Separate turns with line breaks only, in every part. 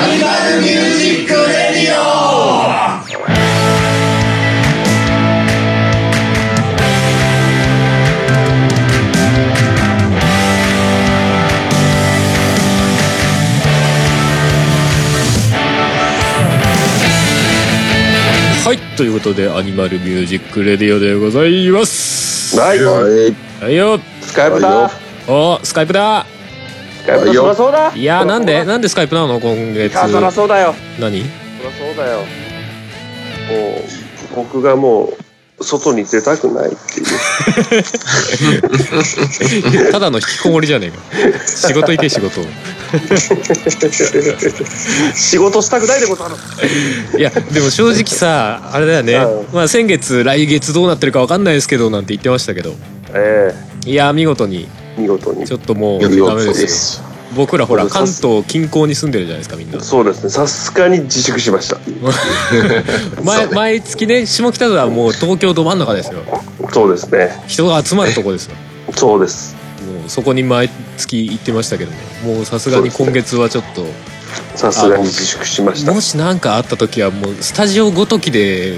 ミュージックレディオ
はいということでアニマルミュージックレディオでございます
はい、
はい
はいよ
スカイプだ。
おスカイプだ
スカイプだ、そらそうだ。
いやーなんでなんでスカイプなの今
い
月
や、そらそうだよ。
何
そらそうだよ。もう、僕がもう、外に出たくないっていう。
ただの引きこもりじゃねえか仕事行け仕事
仕事したくないでござる。
いやでも正直さあれだよね、
う
まあ、先月来月どうなってるか分かんないですけどなんて言ってましたけど
え
いやー見事に
え見事に
ち。ょっともう
よ
ダメ
く
ですよ
す
僕らほら
そう
関
です
東近郊に住んでるじゃないですかみんな
そうですね、さすがに自粛しました。
毎
そうね
毎月ね下北沢はもう東京ど真ん中ですよ
そうですね。
人が集まるとこですよ
そうです。
もうそこに毎月行ってましたけどねもうさすがに今月はちょっと、
さすがに自粛しました
も。し何かあった時はもうスタジオごときで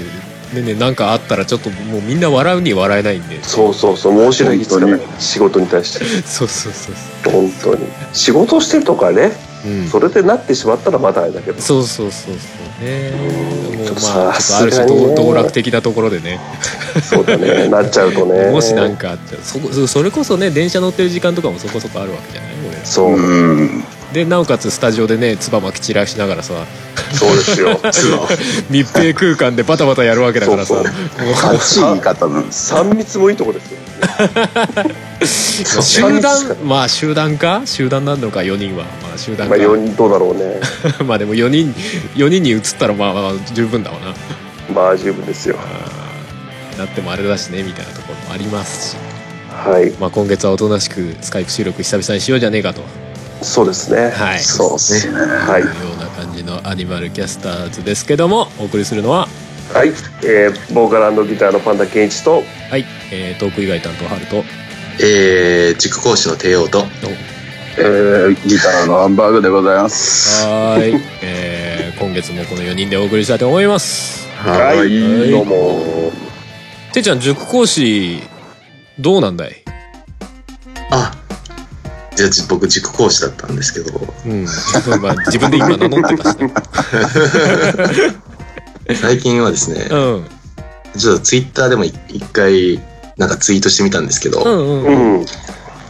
ねね何かあったらちょっともうみんな笑うに笑えないんで
そうそうそう、申し訳つかない。仕事に対して。
そうそうそうそ
本当に。仕事してるとかね、
う、うん、
それでなってしまったらまだあれだけど。
そうそうそうそうね
うん
もう
ちょっと
まあ
さ
ちょっとある種
さすがにね
道道楽的なところでね
そう だね、なっちゃうとね。
もし何かあったらそこそそれこそね電車乗ってる時間とかもそこそこあるわけじゃない俺ら
そう、
うん
でなおかつスタジオでねつばまき散らしながらさ
そうで すよ。
密閉空間でバタバタやるわけだからさ
そうそう
もう
あっち言い方なんです
三密もいいとこですよ。そう
集
三密
団まあ集団か集団なのか4人はまあ集団
ま
か
あ、四人どうだろ うね。
まあでも4人4人に移ったらまあまあ十分だわな
まあ、十分ですよ。
だってもあれだしねみたいなところもありますし、
はい、
まあ、今月はおとなしくスカイプ収録久々にしようじゃねえかと
そうですね。
はい
そうですね
はい、
いうような感じのアニマルキャスターズですけどもお送りするのは
はい、えー、ボーカルギターのパンダケンイチと。
はい、えー、トーク以外担当ハルト
えー、塾講師の帝王と、
えー、ギターのハンバーグでございます
はーい、えー、今月もこの4人でお送りしたいと思います
はい
はい
どうも。
てっちゃん塾講師どうなんだい
あ、じゃあじ僕塾講師だったんですけど、
うん、まあ自分で今名乗ってたしね。
最近はですね
う、ん、
ちょっとツイッターでも一一回、なんかツイートしてみたんですけど、
うん、うん、
う
うん、
ん、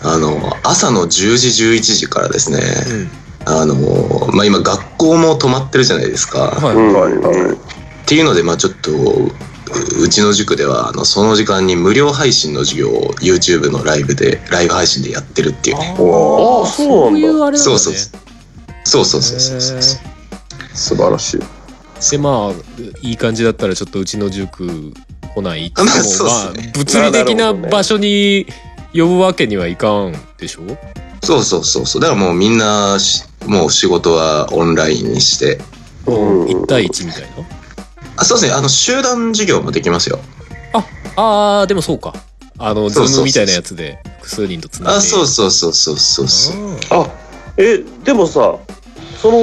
あの、朝の10時、11時からですね、あの、まあ、今学校も止まってるじゃないですか。
は
う
い、
ん、
はい
うん、
っていうので、まあ、ちょっと、ううちの塾では、あの、その時間に無料配信の授業を YouTube のライブで、ライブ配信でやってるっていうね。
お
あ
ー
あ、そうなんだ。
あれ
そうそうそうそうそうそうそうそう。
素晴らしい
でまあいい感じだったらちょっとうちの塾来ないって言って
まあ
も
そうっすね
まあ物理的な場所に呼ぶわけにはいかんでしょ
そうそうそうそう。だからもうみんなし、もう仕事はオンラインにして。
うん
1対1みたいな
あそうですね。あの、集団授業もできますよ。
あーでもそうかあのズ
そう
ー
そうそう
ムみたいなやつで複数人とつなげて
あ、そうそうそうそうそうそう。
あー
あ、え、でもさ、その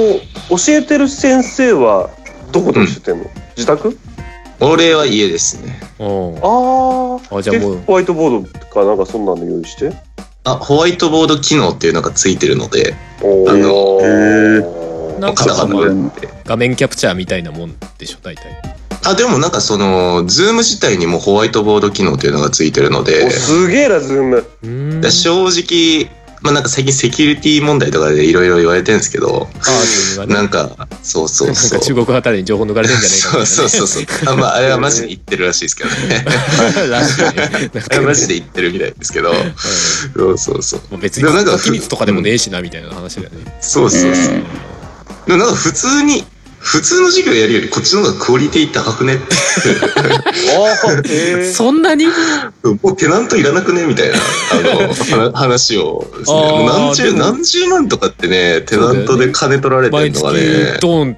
教えてる先生は。どこで教えてんの、自宅
俺は家ですね。
うん
ああ
あじゃあもう
でホワイトボードかなんかそんなの用意して
あ、ホワイトボード機能っていうのがついてるので、
おー
あの
へ
ー
ー
なん
カタカナ
そう
で。
画面キャプチャーみたいなもんでしょ大体
あ、でもなんかその、ズーム自体にもホワイトボード機能っていうのがついてるので
お、すげえなズーム
うーん
だ正直、まあなんか最近セキュリティ問題とかでいろいろ言われてるんですけ
あ
ど、
ーズームがね
なんか、そうそう
なん
そ
か
う。
中国あたりに情報抜かれてんじゃねえかみたい
そ
なね
うそうそうそう。あまあ、あれはマジで言ってるらしいですけどね。
らしいね。なん
あ
か
れマジで言ってるみたいですけど。そうそうそう。
まあ別に
でもなんか
国家機密とかでもねえしなみたいな話だよね。
そうそうそう。
うん
でもなんか普通に、普通の授業やるよりこっちの方がクオリティ高くねって。
ああへえ
そんなに
もうテナントいらなくねみたいな、あ の、話話をですね。
あー
もう何
で
十、
も
何十万とかってね、テナントで金取られて
毎
るの
月
がね。
ドーンっ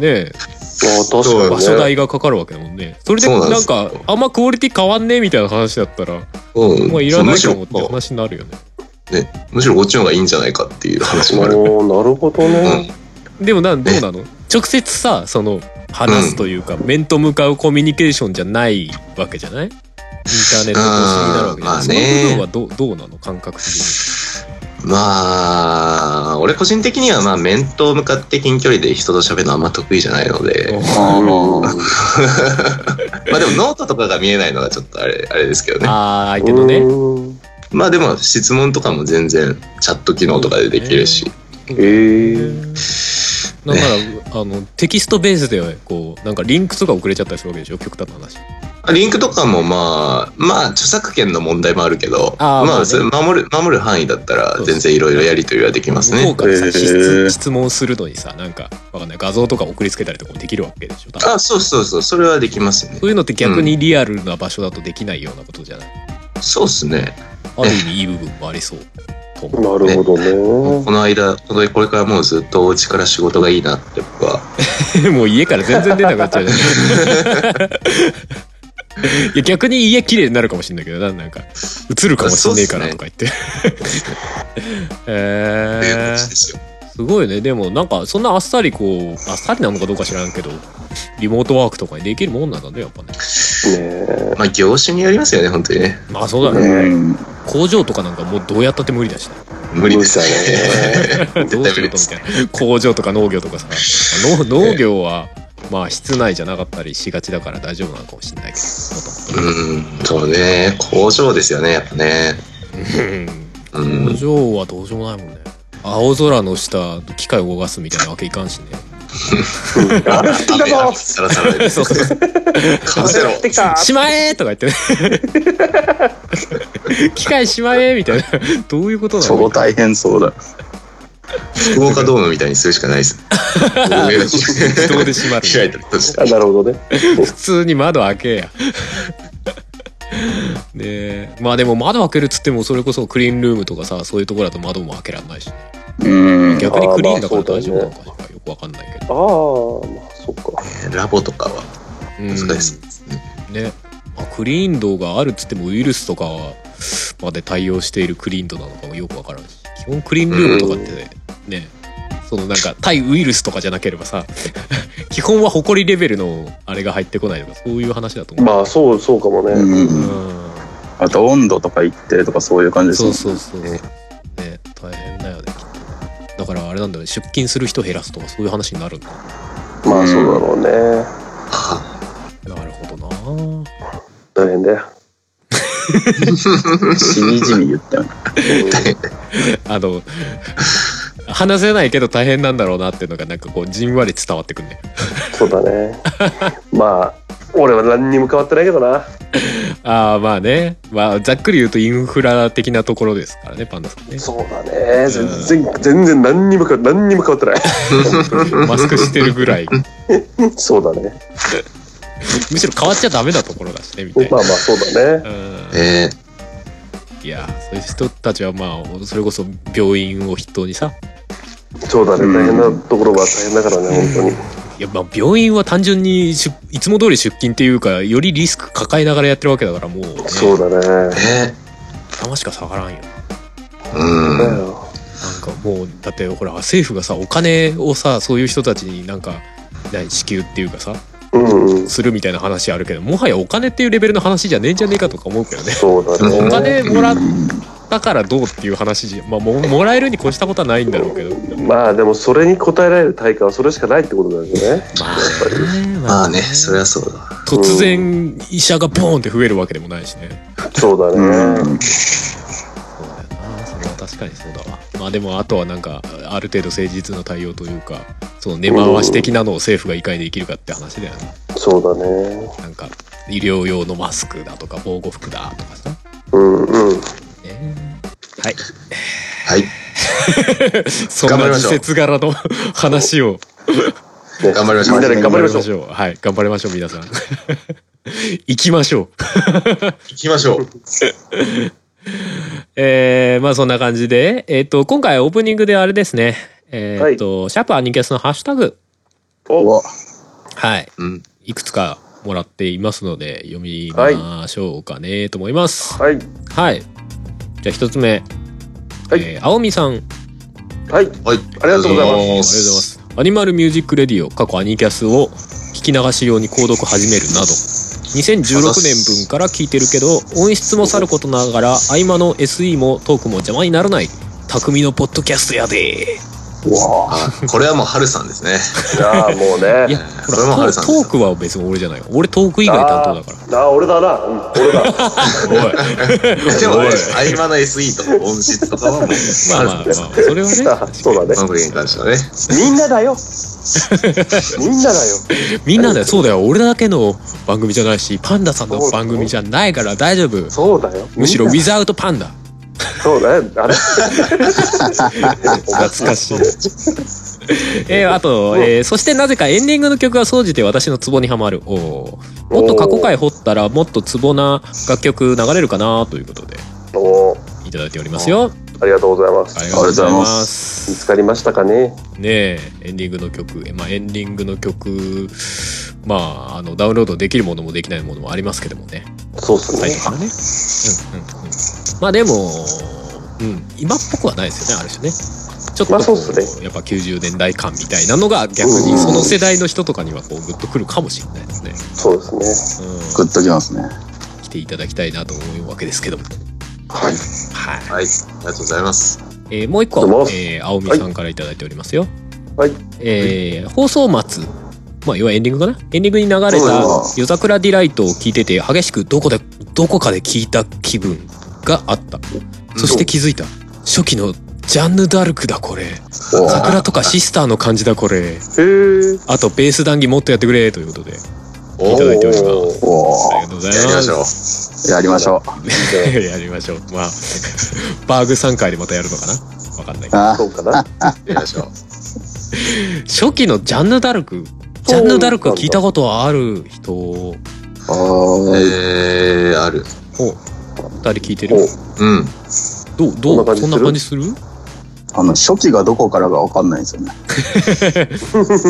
てね、
あ確かに、ね、
そう
場所代がかかるわけだもんね。それで
そうなんで
なん
すよ
か、あんまクオリティ変わんねえみたいな話だったら、
うん。
もういらないかもって
そうむし
話になるよね。
ろね、むしろこっちの方がいいんじゃないかっていう話もある。
おーなるほどね、
うん
でもなん、どう
ね
なの直接さその話すというか、面と向かうコミュニケーションじゃないわけじゃないインターネット越しになるわけじゃない、
あーまあ
そ
ね
の部分はどうどうなの感覚的に
まあ、俺個人的にはまあ面と向かって近距離で人と喋るのあんま得意じゃないので、
あ
まあでもノートとかが見えないのがちょっとあれ、あれですけどね。
ああ相手のね
ね。
まあでも質問とかも全然チャット機能とかでできるし、
ええ
だからあのテキストベースでこうなんかリンクとか遅れちゃったりするわけでしょ極端な話
リンクとかもまあ、まあ著作権の問題もあるけど、
あーまあ
ま
ね
あそれ守る、守る範囲だったら全然いろいろやり取りはできます
向こ
ね
う。からさ、
へー
質質問するのにさなんかわかんない画像とか送りつけたりとかもできるわけでしょ多分
あ、そうそうそう、それはできますね
そ。ういうのって逆にリアルな場所だとできないようなことじゃない、
そうですね。
ある意味いい部分もありそう と思う
なるほどね。
この間、このこれからもうずっとお家から仕事がいいなって僕は。
もう家から全然出なくなっちゃうじゃん いや逆に家綺麗になるかもしれないけどななんか映るかもしんねえからとか言って え
っていう
ー
感じですよ。
すごいねでもなんかそんなあっさりこうあっさりなのかどうか知らんけどリモートワークとかにできるもんなんだねやっぱね
ね
まあ業種によりますよね、本当にね。
まあそう
あ
だね
うん
工場とかなんかもうどうやったって無理だしね
無理ですよね。
どうしようとみたいな工場とか農業とかさ農農業はまあ室内じゃなかったりしがちだから大丈夫なのかもしれないけどもとも
うん、そうね。工場ですよね、やっぱね。う
とね工
ん。
場はどうしようもないもんね青空の下機械を動かすみたいなわけいかんしね
え。あれ降ってきた
雨
ぞ
雨さらさらで
そうそうそう
かぶせろ
降ってきた
「しまえ!」とか言 ってね機械しまえ!」みたいなどういうことな
超
の
大変そうだ。
福岡ドームみたいにするしかないです。上を
自動で閉ま
開い
る
たり閉じた
あ
り
なるほどね。
普通に窓開 けやでまあでも窓開けるっつってもそれこそクリーンルームとかさそういうところだと窓も開けらんないし
うん。
逆にクリーンだから
あーまあ
大丈夫なのかしらよくわかんないけど
ああ、まあ、そっか。
ラボとかは
うん
難しいです。
ね、まあ、クリーン度があるっつってもウイルスとかまで対応しているクリーン度なのかもよくわからんし基本クリーンルームとかってねねそのなんか対ウイルスとかじゃなければさ 基本は埃レベルのあれが入ってこないとかそういう話だと思う、
まあ、そう、そうかもね。
うん
うん
あと温度とか一定とかそういう感じです
そ
もん
うそうそう。ね、大変だよね、きっと。だからあれなんだよね、出勤する人減らすとかそういう話になるんだ。
まあ、そうだろうね。
は
なるほどな
大変だよ。
しみじみ言ったよね。
あの、 話せないけど大変なんだろうなっていうのがなんかこうじんわり伝わってくんね。
そうだね。まあ、俺は何にも変わってないけどな。
ああ、まあね。まあ、ざっくり言うとインフラ的なところですからね、パンダさん ね。
そうだね。全然、全然何にも変わ、何にも変わってない。
マスクしてるぐらい。
そうだね。
むしろ変わっちゃダメなところだしね、みたい
まあま
な。
あ、そうだね。
うん
あ、ね
いやーそういう人たちはまあそれこそ病院を筆頭にさ
そうだね。大変なところは大変だからね、本当に。
いやまあ病院は単純に出いつも通り出勤っていうかよりリスク抱えながらやってるわけだからもう、ね、
そうだね。
ね
頭しか下がらんよなん
う
だ
ん。
よ
かもうだってほら政府がさお金をさそういう人たちになんか何支給っていうかさ
うんうん。
するみたいな話あるけどもはやお金っていうレベルの話じゃねえんじゃねえかとか思うけどね
そうだね。
お金もらったからどうっていう話じゃまあももらえるに越したことはないんだろうけど
まあでもそれに応えられる対価はそれしかないってことだよね。
まあね
まあね、そりゃそうだ。
突然医者がボーンって増えるわけでもないしね
そうだね。
うん。
そうだよなそれは確かにそうだわまあでもあとはなんかある程度誠実な対応というかその根回し的なのを政府がいかにできるかって話だよね
そうだね。
なんか医療用のマスクだとか防護服だとかさね
うんうん。
はい
はい。
そん
頑張
な
りま
季
しょう
節柄の話を
頑張りましょ
み
うん
なで頑張りましょう。
ょうはい頑張りましょう皆さん 行きましょう
行きましょう。
えー、まあそんな感じで、えっ、と、今回オープニングであれですね、えっ、と、シャープアニキャスのハッシュタグ、
う
お
わ
はい、
うん。
いくつかもらっていますので、読みましょうかねと思います。
はい。
はい。じゃあ一つ目、
はい
えー青みさん、あり
はい。
はい。あり
がと
がとう
うございます
ございます。アニマルミュージックレディオ過去アニキャスを聞き流し用に購読始めるなど2016年分から聞いてるけど音質もさることながら合間の SE もトークも邪魔にならない匠のポッドキャストやで
うわ
あこれはもうハルさんですね。
じゃあもうね
いやほ
それも
ら
ハ
ト
ルさんです
ークは別に俺じゃないよ俺トーク以外担当だから
ああ俺だな、うん、俺だ
でも、合間の SE と音質とかはもう、
ま
ま
あまあまあそれはね
あ そうだね
この件に関してはね。
みんなだよみんなだよ
みんなだよそうだよ俺だけの番組じゃないしパンダさんの番組じゃないから大丈夫
そうだよ
むしろウ
みん
ィザウトパンダ
なそうだよあれ
懐か しい。えーあと、えーそしてなぜかエンディングの曲が総じて私のツボにはまる。おーもっと過去回掘ったらもっとツボな楽曲流れるかなということで
おー
いただいておりますよ。
ありがとうございます
ありがとうございます。
見つかりましたかね
ねえエンディングの曲、えまあ、エンディングの曲、まあ、あのダウンロードできるものもできないものもありますけどもね、
そうっす
サイ
ね
トからね。うんうんうん、まあでも、うん、今っぽくはないですよね、ある種ね。ちょっとこ
まあそうっす
うやっぱ90年代感みたいなのが逆にその世代の人とかにはこうグッとくるかもしれないですね。
そうですね
う
グッときますね
ん、来ていただきたいなと思うわけですけども。
はい
はい
はい、ありがとうございます。
えーもう一個
どうも
えー青見さんからいただいておりますよ。
はい
えー放送末、まあ、要はエンディングかなエンディングに流れ
そう
た
だ
「夜桜ディライト」を聞いてて激しくどこでどこかで聞いた気分があったそして気づいた初期のジャンヌ・ダルクだこれ
おー
桜とかシスターの感じだこれ
へえ
あとベース談義もっとやってくれということでい
お
ただ
ー
いております
お
ありが
ー
とうござい
やり
ま
まし
す
ょう。
やりましょう
やりましょうまあ バーグ3回でまたやるのかなわかんないけど
あ
そうかな
やりましょう。
初期のジャンヌ・ダルクジャンヌ・ダルクは聞いたことある人を
あー
えー、ある。
2人聞いてる
お
うん。
どうどうそ
そ
ん
ん
な
な
感
感
じ
じ
する
あの初期がどこからかわかんないんですよね
ちょっとそ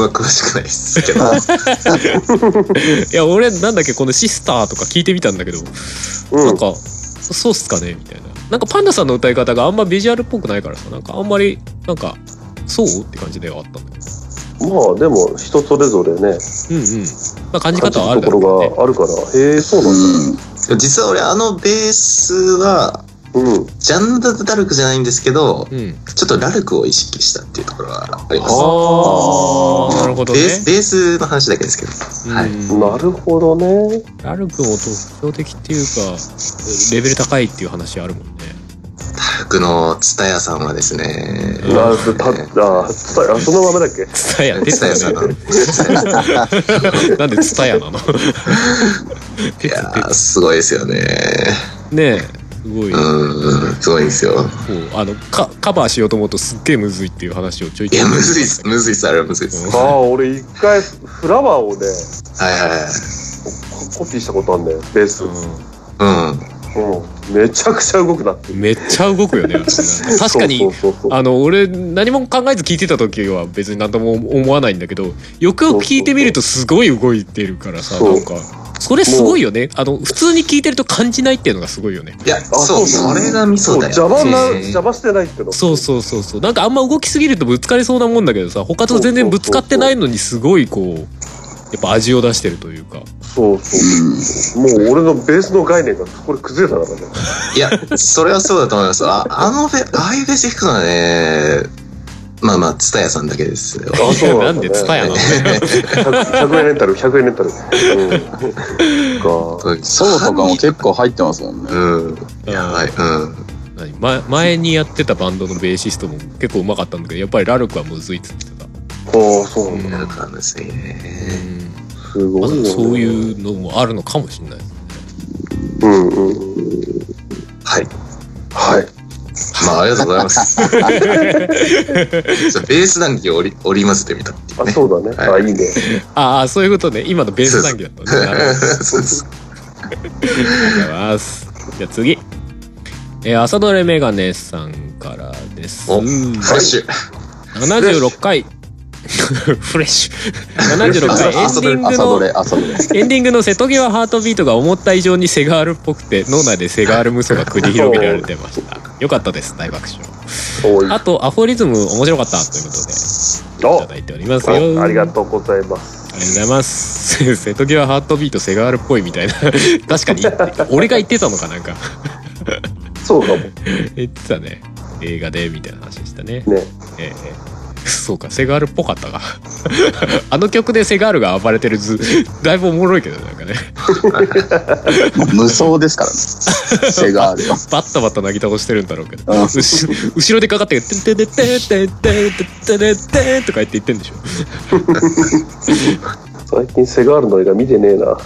んな詳しくないですけど。
いや俺なんだっけこの「シスター」とか聞いてみたんだけど、
う
なん
ん
かそうっすかねみたいななんかパンダさんの歌い方があんまビジュアルっぽくないからさなんかあんまりなんかそうって感じではあったんだけど
まあでも人それぞれ
う
ね
んうんまあ感じ方はあるだ
と
ろうけど
こ
ね
ろがあるからへえそう
う
なんだ
ん
実は俺、あのベースは、
うん
ジャンダダルクじゃないんですけど、
うん
ちょっとラルクを意識したっていうところはあります。
ああなるほど
ベ
ね
ース、ベースの話だけですけど。はい
うん
なるほどね
ラルクも特徴的っていうかレベル高いっていう話あるもんね
ラルクのツタヤさんはですね、
うん
ラブタッあ伝えあそのままだっけ
ツタヤ出
ツタヤ
た
さん
よね なんでツタヤなの
いやー、すごいですよね。
ねえすごい、
う
こ
ん、すごいんですよ。
うあのカカバーしようと思うとすっげえむずいっていう話をちょい
い
ちょい
や、むずいっす、むずいっす、あれはむずいっす。
うん
は
ああ俺一回フラワーをね
いはいはい。
ココピーしたことあるんだよベース、うん
う
めちゃくちゃ動くなって
うんめっちゃ動くよねあれね確か
そう
に
そうそうそう
あの俺何も考えず聞いてた時は別に何とも思わないんだけどよくよく聞いてみるとすごい動いてるからさ
そう
なんかそれすごいよねあの普通に聞いてると感じないっていうのがすごいよね
ん。いや、そう、
そう
それがミソ
そう
だよ。
邪魔な
そう
邪魔してないっての
そうそうそうそうなんかあんま動きすぎるとぶつかりそうなもんだけどさ他と全然ぶつかってないのにすごいこうやっぱ味を出してるというか
そうそうもう俺のベースの概念がこれ崩れたからね
いや、それはそうだと思います。あ、あのベ、ああいうベース弾くのはね、まあまあ、ツタヤさんだけですよ。
あそう
な
なんんだね
でツタヤなの
100, 100円レンタル100円レンタルうんか
ソロとかも結構入ってますもんね
うん。やばい。うん。
何前前にやってたバンドのベーシストも結構うまかったんだけどやっぱりラルクはむずいっつってた、
ああそうなんだ
なんかむずいね。
すご
まあ
いよ、ね、
そういうのもあるのかもしれないですね
うんうんうん
はい。
はい
まあ、ありがとうござ います。そうベース談義を織り織り交ぜてみたっていう
あ
ね。
そうだね、
は
あいいね
ああそういうことね今のベース談義だったねなるほどあ
そうです。
りがとうございますじゃあ次えー、朝どれメガネさんからです。
お
うん
フレッシュ。
76回 フレッシュ76
あ
回エ
朝ど
ンディング
朝ど
の
れ朝どれ
エンディングの瀬戸際ハートビートが思った以上にセガールっぽくて脳内でセガール無双が繰り広げられてましたよかったです大爆笑
おい
あと、アフォリズム面白かったということで、いただいておりますよ。
おありが
う。
とうございます
ありがとうございます。 瀬戸際ハートビートセガールっぽいみたいな。確かに、俺が言ってたのかなんか。
そうかもね
言ってたね。映画で、みたいな話でしたね。ええそうか、セガールっぽかったか。 あの曲でセガールが暴れてる図、 だいぶおもろいけどね、なんかね。
無双ですからね。セガー ルよ。
バッタバッタなぎ倒してるんだろうけど。
うん
うし後ろでかかって「てんてんてんてんてんてんてんてんてん」とか言って言ってんでしょ
最近セガールの映画見てねえな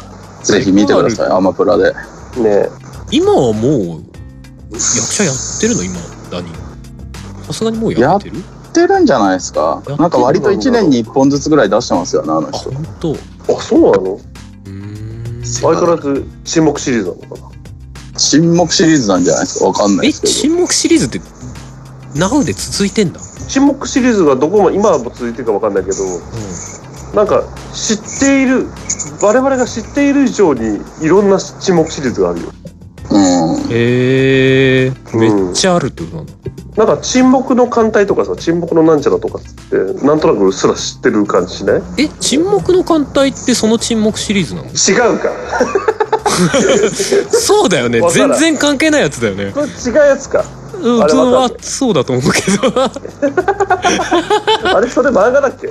ぜひ見てください、アマプラで。
ね
今はもう役者やってるの今何さすがにもうやってる
やってるんじゃないですか
てる。
なんか割と1年に1本ずつぐらい出してますよね、あの
あ
人。
本当う
あそうなの
ーん
相変わらず沈黙シリーズなのかな
沈黙シリーズなんじゃないですか。わかんない
え
ですけど。
沈黙シリーズって Now で続いてんだ、
沈黙シリーズがどこまで今はも続いてるかわかんないけど
う
なんか知っている我々が知っている以上にいろんな沈黙シリーズがあるよ
うん
ん、。へえ
うん
めっちゃあるってことなんだ、
なんか沈黙の艦隊とかさ沈黙のなんちゃらとかっつってなんとなくうっすら知ってる感じしない
え沈黙の艦隊ってその沈黙シリーズなの
違うか
そうだよね
わか
全
らん
然関係ないやつだよね
これ違うやつ か
うん
あれわか
は
んない
そうだと思うけど
あれそれ漫画だっけ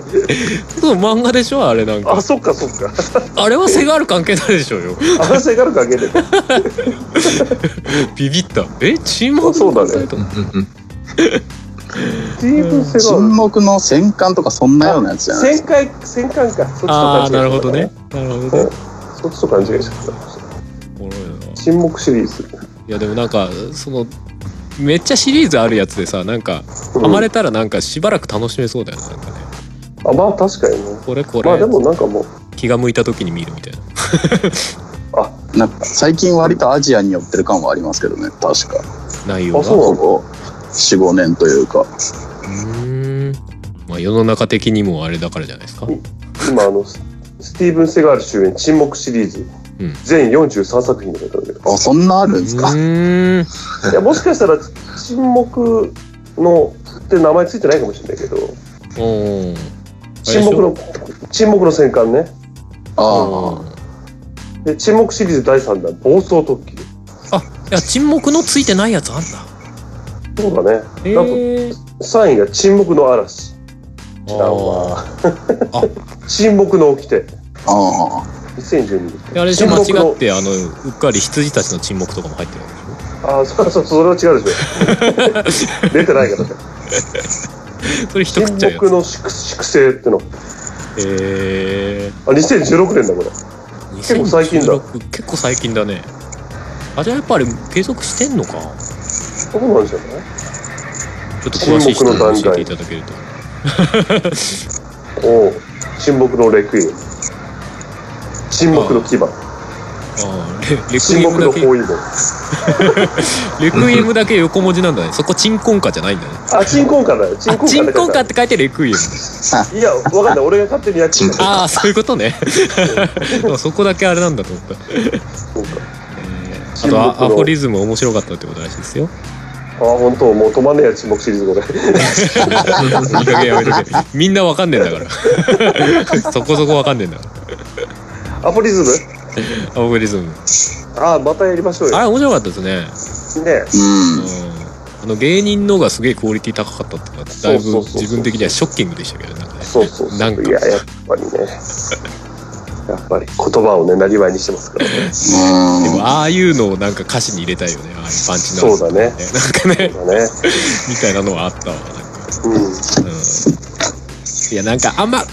そう漫画でしょあれなんか
あそっかそっか
あれはセガール関係ないでしょう よ。
あれセガールかけて
ビビった。え、沈黙
そうだね
ね。
チームセガー
沈
ル
黙の戦艦とかそんなようなやつじゃない
戦艦戦艦かそっちと
ああ、
勘違いしてた
なるほどね。なるほどね。
そっちと勘違いしてた
おもろいな。い
沈黙シリーズ
や、でもなんか、その、めっちゃシリーズあるやつでさ、なんか、
うん
ハマれたらなんかしばらく楽しめそうだよね。なんかね。
あまあ確かにね
これこ
まあで
れ、
もなんかもう
気が向いた時に見るみたいな。
なんか最近割とアジアに寄ってる感はありますけどね、確か。
内容
あそう
が。
ここ4、5年というか。
うーん。まあ、世の中的にもあれだからじゃないですか。
今あのススティーブン・セガール主演「沈黙」シリーズ、
うん
全43作品で書いてあるけ
あ、
ど
そんなあるん
う
ですか。
ーん。
いやもしかしたら「沈黙」のって名前ついてないかもしれないけど
おー
沈黙。の沈黙の戦艦ね
ああ。
あ
で沈黙シリーズ第3弾「暴走特急
あ。あ、いや、沈黙のついてないやつあんだ。」
そうだね
え
なん
ー。
3位が「沈黙の嵐
あ
違うわ
あ」
沈黙の掟
ああ。
2012年
ーあれでしょ間
沈黙の
違ってあのうっかり羊たちの沈黙とかも入ってるわけでし
あそうそうそれは違うでし ょ出てないからね
ょそれ一
沈
口ちゃうや
黙の粛粛清っての
つへえ
あ2016年だこれ
ー、
結構最近だ
2016結構最近だねあじゃあやっぱり継続してんのか
そうなんじゃない
ちょっと詳しい人に
沈黙の段
教
階
えていただけると
おう沈黙のレクイエム沈黙の牙
あーレレク
沈
イエム
黙の
だ
包
け
囲網
レクイエムだけ横文字なんだねそこ鎮魂歌じゃないんだね
あ鎮魂歌だよ
あ
鎮魂
鎮
歌
魂歌
だ
って書いてレクイエ ム
いやわかんない俺が勝手にやっちゃっ
沈
た
ああそういうこと ねそこだけあれなんだと思った、
そうか
えーあ
沈
と
黙の
アアフォリズム面白かったってことらしいですよ
あ本当もう止まんねえや沈黙シリーズこれ
いい加減やめとけみんなわかんねえんだ からそこそこわかんねえんだから
アフォリズム
アフォリズム
あまたやりましょうよ
あ
ね
れ面白かったですね、
え
うん。
うん、あの芸人のがすげえクオリティ高かったっていうのはだいぶ
そうそうそうそう
自分的にはショッキングでしたけどなんかね
そうそうそう
なんか
いややっぱりねやっぱり言葉をねなりわいにしてますからね
でも
う
ああいうのをなんか歌詞に入れたいよねああいうパンチのある
そうだね
なんかね
そうだね
みたいなのはあったわなんか
うん
うんいやなんかあんま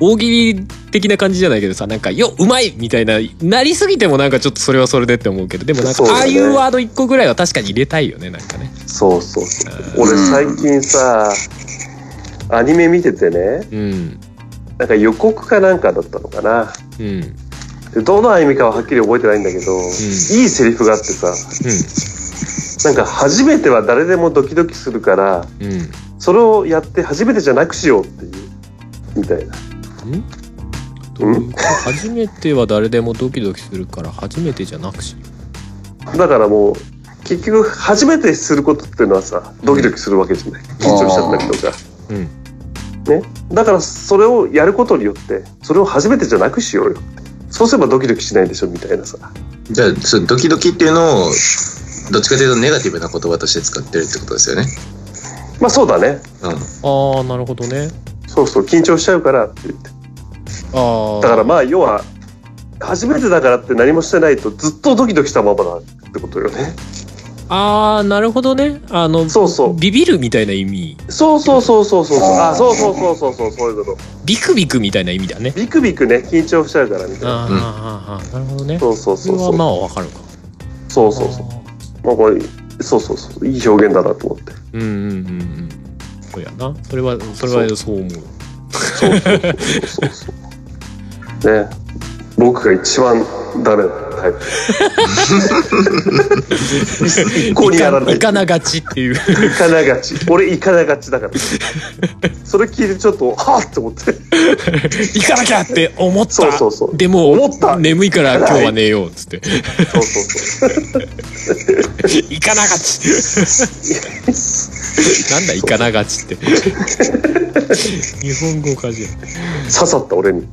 大喜利的な感じじゃないけどさなんか「ようまい!」みたいななりすぎてもなんかちょっとそれはそれでって思うけどでもなんか、
そう
あ
だ
あ
ね
いうワード1個ぐらいは確かに入れたいよねなんかね
そうそうそう
うん
俺最近さアニメ見ててね
うん
なんか予告かなんかだったのかな
うんうん
でどの意味かははっきり覚えてないんだけど、いいセリフがあってさなんか初めては誰でもドキドキするから
うん
それをやって初めてじゃなくしようっていうみたいな
どういうこと初めては誰でもドキドキするから初めてじゃなくし
だからもう結局初めてすることっていうのはさドキドキするわけじゃない緊張しちゃったりとか
うん
ねだからそれをやることによってそれを初めてじゃなくしようよそうすればドキドキしないでしょみたいなさ
じゃあそのドキドキっていうのをどっちかというとネガティブな言葉として使ってるってことですよね
まあそうだね
う
ああなるほどね
そうそう緊張しちゃうからって言って
ああ
だからまあ要は初めてだからって何もしてないとずっとドキドキしたままだってことよね
ああなるほどねあの
そうそう
ビビるみたいな意味
そうそうそうそうそうそうあそうそうそうそうそうそういうこと
ビクビクみたいな意味だね
ビクビクね緊張しちゃうからみたいな
あーあーあーなるほどね
そうそう
そ
そ
れ
う
は
そう
まあわかるか
そうそうそう
う
まあこれそうそうそういい表現だなと思って
うんうんうんうんそうやなそれはそれはそう思う
そうそうそうそうそうね僕が一番ダメなタイ プ一向にやらない
いかながちっていう
行かながち俺行かながちだからそれ聞いてちょっとはあって思って
行かなきゃって思った
そうそうそう
でも
思った
眠いから今日は寝ようっつって
そうそうそう
行かながちなんだ行かながちって日本語かじゃ
刺さった俺に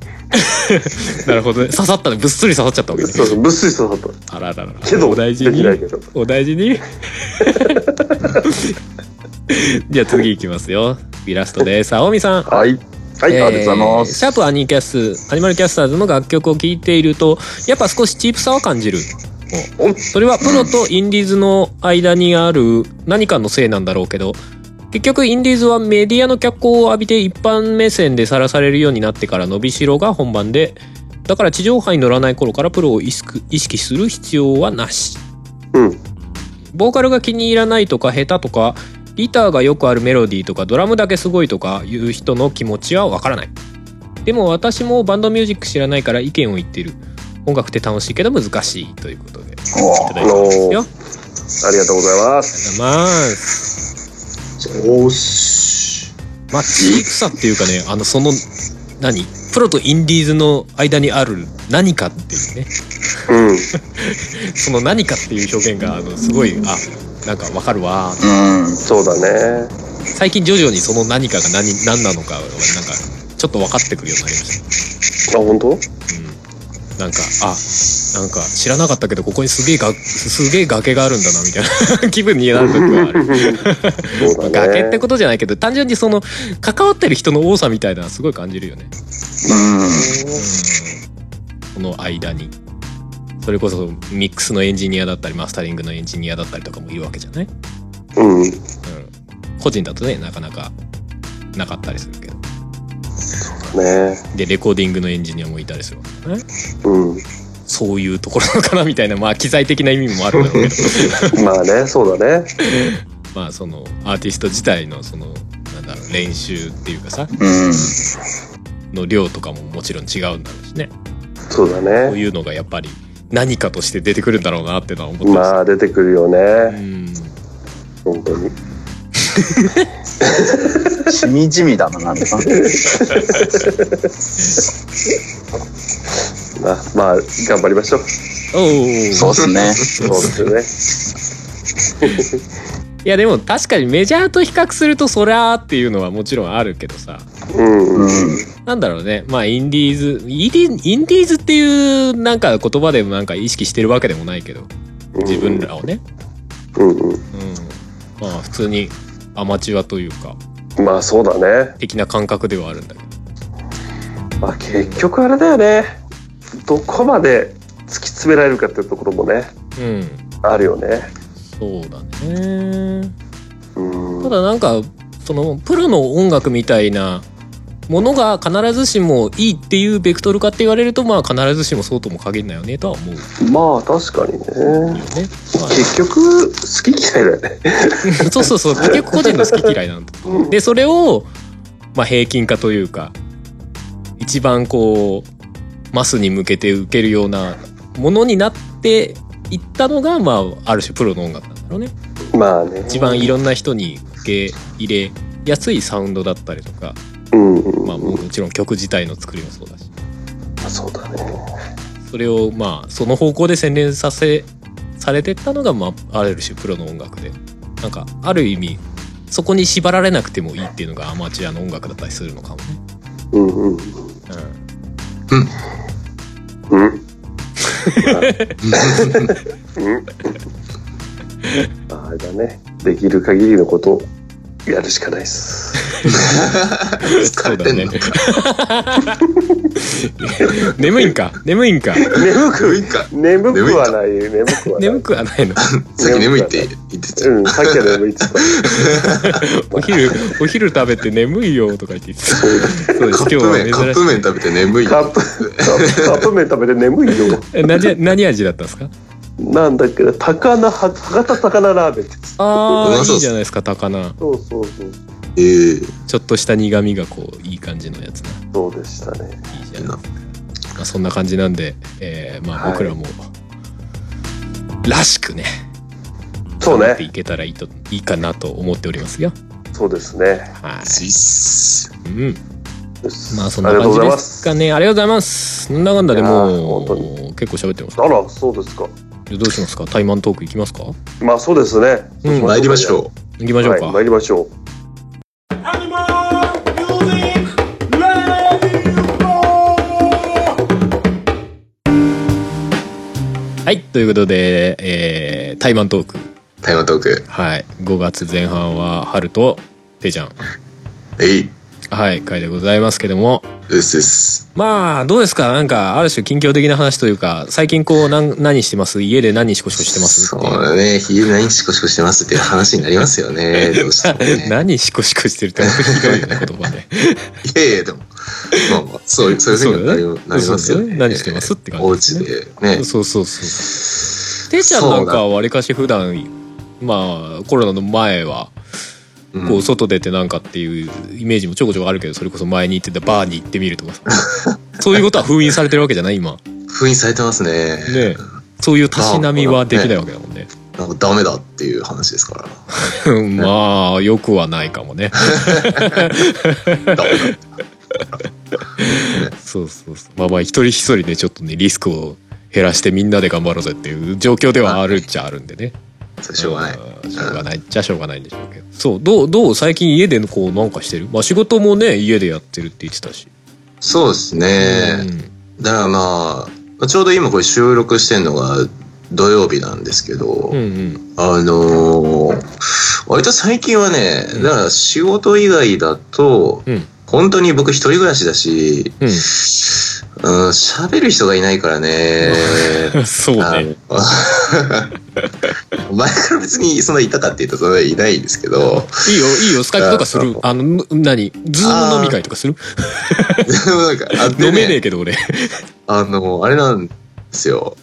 なるほどね刺さったねぶっすり刺さっちゃったわけね
そうそうぶっすり刺さっ
あらららら
たけど
お
で
大
き
事に
ないけど
お大事にじゃあ次いきますよイラストです青海さん
はい。はい、ありがとうございます。
シャープアニーキャスアニマルキャスターズの楽曲を聴いているとやっぱ少しチープさは感じるおそれはプロとインディーズの間にある何かのせいなんだろうけど結局インディーズはメディアの脚光を浴びて一般目線でさらされるようになってから伸びしろが本番でだから地上波に乗らない頃からプロを意識意識する必要はなし
うん
ボーカルが気に入らないとか下手とかギターがよくあるメロディーとかドラムだけすごいとかいう人の気持ちはわからないでも私もバンドミュージック知らないから意見を言ってる音楽って楽しいけど難しいということでいただいてますよありがとう
ありがとうございます
ございます
んおっし
まあチープさっていうかねあのその何プロとインディーズの間にある何かっていうね
うん
その何かっていう表現があのすごいあなんかわかるわー
うん。
そうだね
最近徐々にその何かが何何なのかはなんかちょっと分かってくるようになりました
あ本当
うん、なんかあなんか知らなかったけどここにすげえがすげえ崖があるんだなみたいな 気分になる時はある、ま
そ
あ
うだ
崖って
ね
ことじゃないけど単純にその関わってる人の多さみたいなのはすごい感じるよねうんこの間にそれこそミックスのエンジニアだったりマスタリングのエンジニアだったりとかもいるわけじゃない、う
うん
ん、個人だとねなかなかなかったりするけど
ね
でレコーディングのエンジニアもいたりするわけだね
うん
そういうところなのかなみたいなまあ機材的な意味もあるんだろうけど
まあねそうだね
まあそのアーティスト自体のそのなんだろう練習っていうかさ
うん。
の量とかももちろん違うんだろうしね
そうだ
こう
ね
いうのがやっぱり何かとして出てくるんだろうなってのは思ってます、
まあ出てくるよ
う
ね
ん
本当に
しみじみだな、なんか。
まあまあ頑張りましょう
お
そう
お
っすね。
そうですよね
いやでも確かにメジャーと比較するとそりゃーっていうのはもちろんあるけどさ
うん
う
うん
ん。
なんだろうねまあインディーズインディインディーズっていうなんか言葉でもなんか意識してるわけでもないけど自分らをね、
うんうん
うん、まあ普通にアマチュアというか
まあそうだね
的な感覚ではあるんだけど
まあ結局あれだよねどこまで突き詰められるかっていうところもね
うん
あるよね
そうだね
うん
ただなんかそのプロの音楽みたいなものが必ずしもいいっていうベクトルかって言われるとまあ必ずしもそうとも限らないよねとは思うよ
まあ確かにね
ね、ま
結局好き嫌いだよね
あ、 そうそうそう結局個人の好き嫌いなんだ
うん
でそれを、まあ、平均化というか一番こうマスに向けて受けるようなものになっていったのが、まあ、ある種プロの音楽なんだろうね
まあね
一番いろんな人に受け入れやすいサウンドだったりとか、
うんうん
まあ、もちろん曲自体の作りもそうだし
そうだね
それをまあその方向で洗練させされてったのが、まあ、ある種プロの音楽でなんかある意味そこに縛られなくてもいいっていうのがアマチュアの音楽だったりするのかもね、
うんうん
う
うんうんあれだねできる限りのことをやるしかない っす
疲れてんのか。
ん、 眠いんか眠いんか
眠
眠
く
いか。
眠くはない眠くはない
眠くはないの
さっき眠いって言ってた。
うんさっきは眠いっつった
お昼お昼食べて眠いよとか言って言ってたそうです今
カ
日
ップ
は
麺、カ
珍
ップ
しい
麺食べて眠い。
カップカップ麺食べて眠いよ
え何何味だったんですか
なんだっけな高菜は博多高菜ラーメンって
あ
う
あ
ま
い
そう
い
っす
じゃないですか高菜
そうそうそう
えー
ちょっとした苦味がこういい感じのやつな
そうでしたね
いいじゃないですか、まあ、そんな感じなんで、えーま
は
あ、
い
僕らも、らしくね
そう
頑張ってい
ね
けたらいいといいかなと思っておりますよ
そうですね
は
スイス。
い、うん、
よし
まあそんな感じですか
あり
ねありがとうございますなんだかんだでも
いやー本当
う結構喋ってます
がとうございますあらそうですか
どうしますかタイマントークいきますか
まあそうですね
うん
そ
参りましょ
いきましょうか、
はい、参りましょう
Animal Music Radio!
はい、ということで、えー、タイマントーク。
う。タイムトーク。
はい、5月前半は、春と、ペイちゃん。
えい。
はい、会でございますけども。
うっすっす。
まあ、どうですかなんか、ある種近況的な話というか、最近こう、なん何してます家で何シコシコしてます
そう
っていう
だね。家何シコシコしてますっていう話になります よね。どうしてもね。
何シコシコしてるって本当にひどいよね、言葉ね。
いやいや、でも。まあまあ、そう、そういうふうにはなり
そうだね
なります
そう
よ
だ
ね。
ね何してますって感じ
お
です
家
ね
でね。
そうそうそう。ペイちゃんなんか、わりかし普段、まあ、コロナの前は、
うん
こう、外出てなんかっていうイメージもちょこちょこあるけど、それこそ前に行ってたバーに行ってみるとかさ。そういうことは封印されてるわけじゃない今。
封印されてますね。
ねそういうたしなみはできないわけだもんね。
なんかダメだっていう話ですから。
まあ、よくはないかもね。
ダメだ。
そうそうそう。まあまあ、一人一人ね、ちょっとね、リスクを減らしてみんなで頑張ろうぜっていう状況ではあるっちゃあるんでね。
それしょう がない。
うんしょうがないっちゃしょうがないんでしょうけど。そう、どう、どう、最近家でこうなんかしてるまあ仕事もね、家でやってるって言ってたし。
そうです
う
ね。
ん
だからまあ、ちょうど今これ収録してんのが土曜日なんですけど、
うんうん。
あのー割と最近はね、
うん
だから仕事以外だと、
うん
本当に僕一人暮らしだし、
うん
うん喋る人がいないからね。
そう
あ
ね。
の 前から別にそんないたかって言うとそんなにいないんです けど、
いいよ、いいよ、スカイプとかする。あの、む何ズーム飲み会とかする
でもなんか、あ
飲め
で
ね
ね
えけど俺。
あの、あれなんですよ。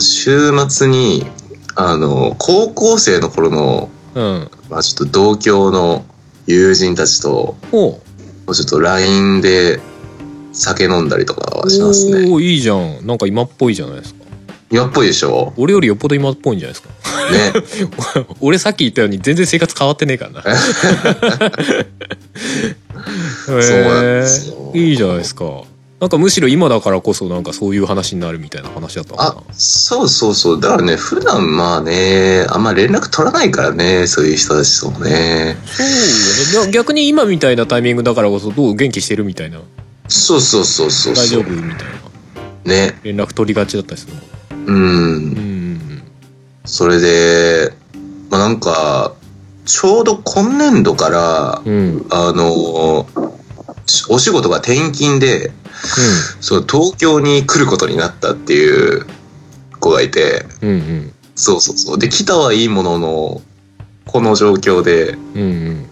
週末に、あの、高校生の頃の、
うん。
まあちょっと同郷の友人たちと、
おう
ちょっと LINE で酒飲んだりとかはしますね。
おーいいじゃんなんか今っぽいじゃないですか
今っぽいでしょ
俺よりよっぽど今っぽいんじゃないですか
ね。
俺さっき言ったように全然生活変わってねえからな へ
そう
え
なんですよ
いいじゃないですかなんかむしろ今だからこそなんかそういう話になるみたいな話だったの
あ
か、
そうそうそう。だからね、普段まあね、あんま連絡取らないからね、そういう人たちともね。
なそうよね逆に今みたいなタイミングだからこそどう元気してるみたいな
そうそうそうそう
大
そ
丈
う
夫。みたいな
ね。
連絡取りがちだったりするのか
うん
う。ん
それで、まあ、なんか、ちょうど今年度から、
うんうんうん
あの、しお仕事が転勤で、その東京に来ることになったっていう子がいて、
うんうん
そうそうそう。で、来たはいいものの、この状況で、
うんうん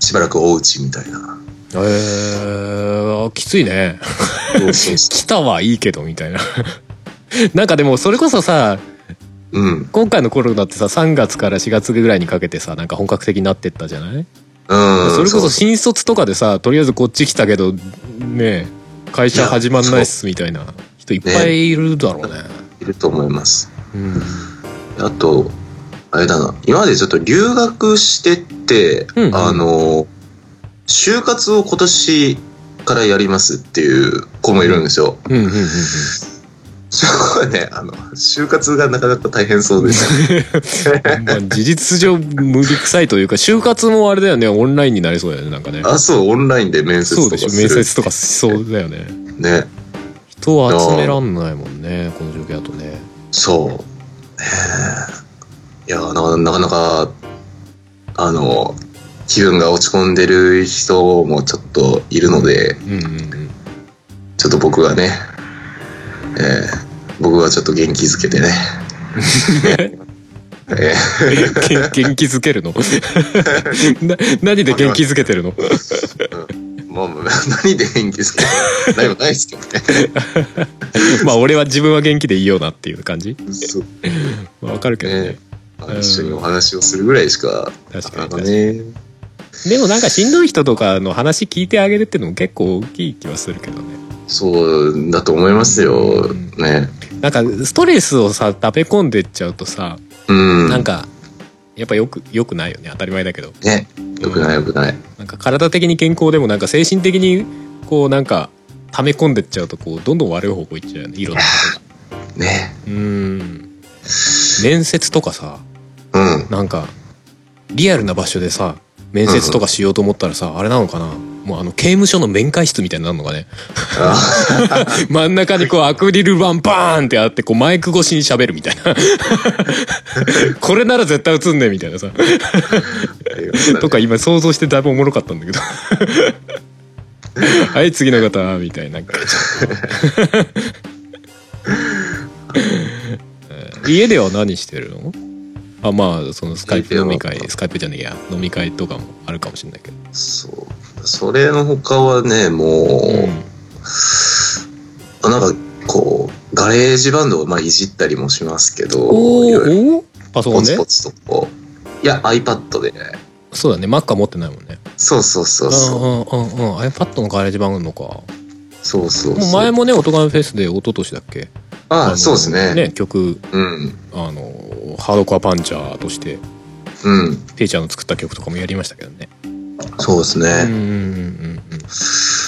しばらくお家みた いな。
えー、きついね
そうそうそ
来たはいいけどみたいな なんかでもそれこそさ
う。うん。
今回のコロナってさ3月から4月ぐらいにかけてさなんか本格的になってったじゃない、
うん。
それこそう
う
新卒とかでさとりあえずこっち来たけどねえ会社始まんないっすみたいな人いっぱいいるだろうね
いると思います。
うん
あと、あれだな。今までちょっと留学してって、
うん
あの、就活を 今年からやりますっていう子もいるんですよ。
うんうんうんうん
そこはね、あの、就活がなかなか大変そうです。
まあ、事実上無理臭いというか就活もあれだよねオンラインになりそうだよねなんか ね
あ、そう、オンラインで面接
そう
と
で
か
しょ
する。
面接とかしそうだよね
ね。
人を集めらんないもんねこの状況だとね
そう。ねえいやな、なかなか、あの、気分が落ち込んでる人もちょっといるので、
うんうんうん
ちょっと僕がね、えー僕がちょっと元気づけてね。え
元元気づけるの な何で元気づけてるの
ーまあ、まあ何で元気づけてないもないですけどね。
まあ俺は自分は元気でいいよなっていう感じ
そう
まあわかるけどね
ね。まあ一緒にお話をするぐらいしか、
確か
な
に確か
かなか
に
ね。
でもなんかしんどい人とかの話聞いてあげるってのも結構大きい気はするけどね
そうだと思いますよ。
うん
ね。
なんかストレスをさ食べ込んでっちゃうとさ
うん。
なんかやっぱよくよくないよね当たり前だけど
ね。よくないよくない。
なんか体的に健康でもなんか精神的にこうなんか溜め込んでっちゃうとこうどんどん悪い方向いっちゃうよねい ろんなことが
ね。
うん面接とかさ
うん。
なんかリアルな場所でさ面接とかしようと思ったらさ、あれなのかなもうあの刑務所の面会室みたいになるのかね
あ
真ん中にこうアクリル板バーンってあってこうマイク越しに喋るみたいなこれなら絶対映んねえみたいなさとか今想像してだいぶおもろかったんだけ どはい次の方みたいななんかちょっと家では何してるのあまあそのスカイプ飲み会
家では
スカイプじゃねえや飲み会とかもあるかもしれないけど、
そう。それの他はね、も
うん
う、なんかこう、ガレージバンドをまあいじったりもしますけど、い
お
ろいろ
ーおーパソコ
ポ
ンね
ツポツとこう。いや、iPad で。
そうだね Mac は持ってないもんね
そうそうそうそう。
うんうんうんうん iPad のガレージ版あるのかも
そうそうそう
う前もね「オトガメフェス」で一昨年だっけ
あ
の
あ、そうですね
ね曲
うん。
あのハードコアパンチャーとして
うん。
ペイちゃんの作った曲とかもやりましたけどね。
そうです
うんうん
ね。
うん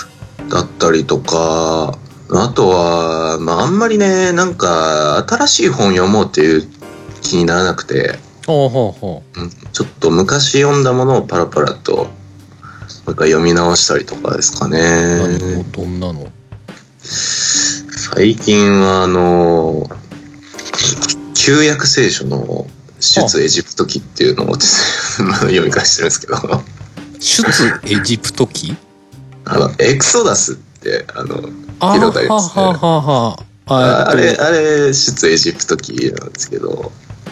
うん。
だったりとか、あとは、まああんまりね、なんか、新しい本読もうっていう気にならなくて、
ほうほうほ
うんちょっと昔読んだものをパラパラと、もう一回読み直したりとかですか
う。
ね。
何どんなの
最近は、あの、旧約聖書の出エジプト記っていうのをですね まだ読み返してるんですけど、 あ
出エジプト 記
の、エクソダスって、あの、
あ
聞
ー
い
は
たことありますね
はははあ
ああ
えっ
れ、
と
あれ、出エジプト記なんですけど、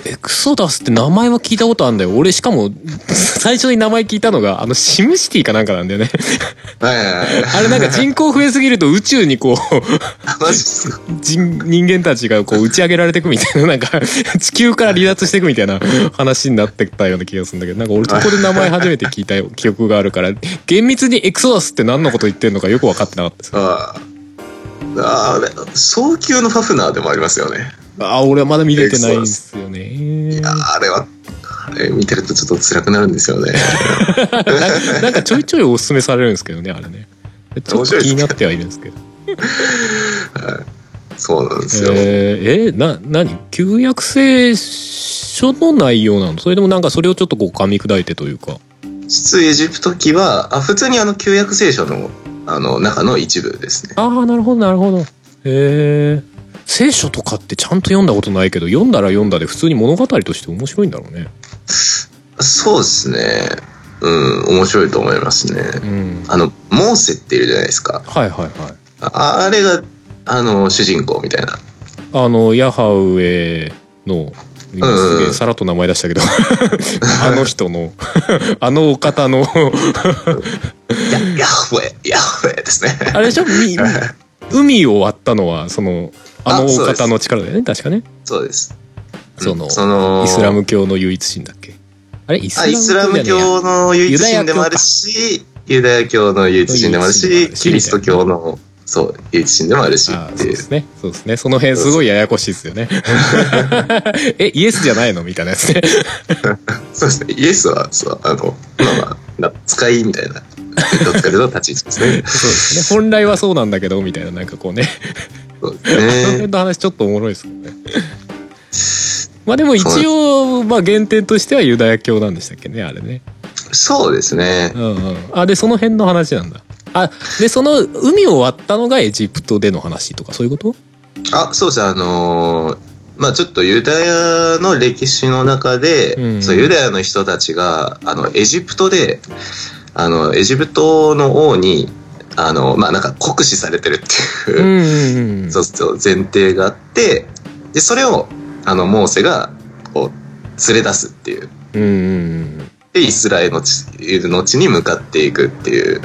エクソダスって名前は聞いたことあるんだよ。俺しかも、最初に名前聞いたのが、あの、シムシティかなんかなんだよね。
はいはい はい。
あれなんか人口増えすぎると宇宙にこう、
マジっすか
人、人間たちがこう打ち上げられていくみたいな、なんか、地球から離脱していくみたいな話になってたような気がするんだけど、なんか俺そこで名前初めて聞いたよ記憶があるから、厳密にエクソダスって何のこと言ってんのかよく分かってなかったです。
ああ。あれ、早急のファフナーでもありますよね。
あ、俺はまだ見れてないんですよね。
いや
な
ーあれは、あれ見てるとちょっと辛くなるんで すよね。
なんかちょいちょいおすすめされるんですけどね、あれね。ちょっと気になってはいるんですけど。
そうなんですよ。
えー、えな、なに旧約聖書の内容なのそれでもなんかそれをちょっとこう噛み砕いてというか。
出エジプト記は、あ、普通にあの旧約聖書の、あの、中の一部ですね。
ああ、なるほど、なるほど。へえ。聖書とかってちゃんと読んだことないけど、読んだら読んだで普通に物語として面白いんだろうね。
そうですね。うん、面白いと思いますね。
うん。
あの、モーセっているじゃないですか。
はいはいはい。
ああれが、あの、主人公みたいな。
あの、ヤハウエの、今す
う
げ
ん
えさらっと名前出したけど、 あの人の、 あのお方 の、
や、ヤッホェ、ヤッホェですね。
あれでしょ み海を割ったのは、その、あの
あ
お
そうです
方の力だよね、確かね。
そうです。
そ
うん
の、
その
イスラム教の唯一神だっけあれイス
あイスラ
ラム教
ム
じゃねえや
教の唯一神でもあるし、ユダヤ教の唯一神でもある
唯一神でもあ
し
る、し
キリスト教の、そう、唯一神でもあるし
あー
って
そう
い
で
う。
すね。そうですね。その辺すごいややこしいですよ ね。え、イエスじゃないのみたいなやつね。
そうですね。イエスは、そう、あの、まあまあ、な使いみたいな、どっちかというと立ち位置ですね。
そうですね。本来はそうなんだけど、みたいな、なんかこうね。
そう
その
ね
辺の話ちょっとおもろいですけ どね。まあでも一応、まあ原点としてはユダヤ教なんでしたっけね、あれね。
そうですね
う。んうん。あ、で、その辺の話なんだ。あ、で、その海を割ったのがエジプトでの話とか、そういうこと
あ、そうです。あのーまあちょっとユダヤの歴史の中で、
うん
そうユダヤの人たちがあのエジプトであのエジプトの王にあのまあなんか酷使されてるっていうう、
んうんうん。
そうそう前提があってでそれをあのモーセがこう連れ出すっていう
うんうん
でイスラエルの地イルの地に向かっていくってい
う
う
ん。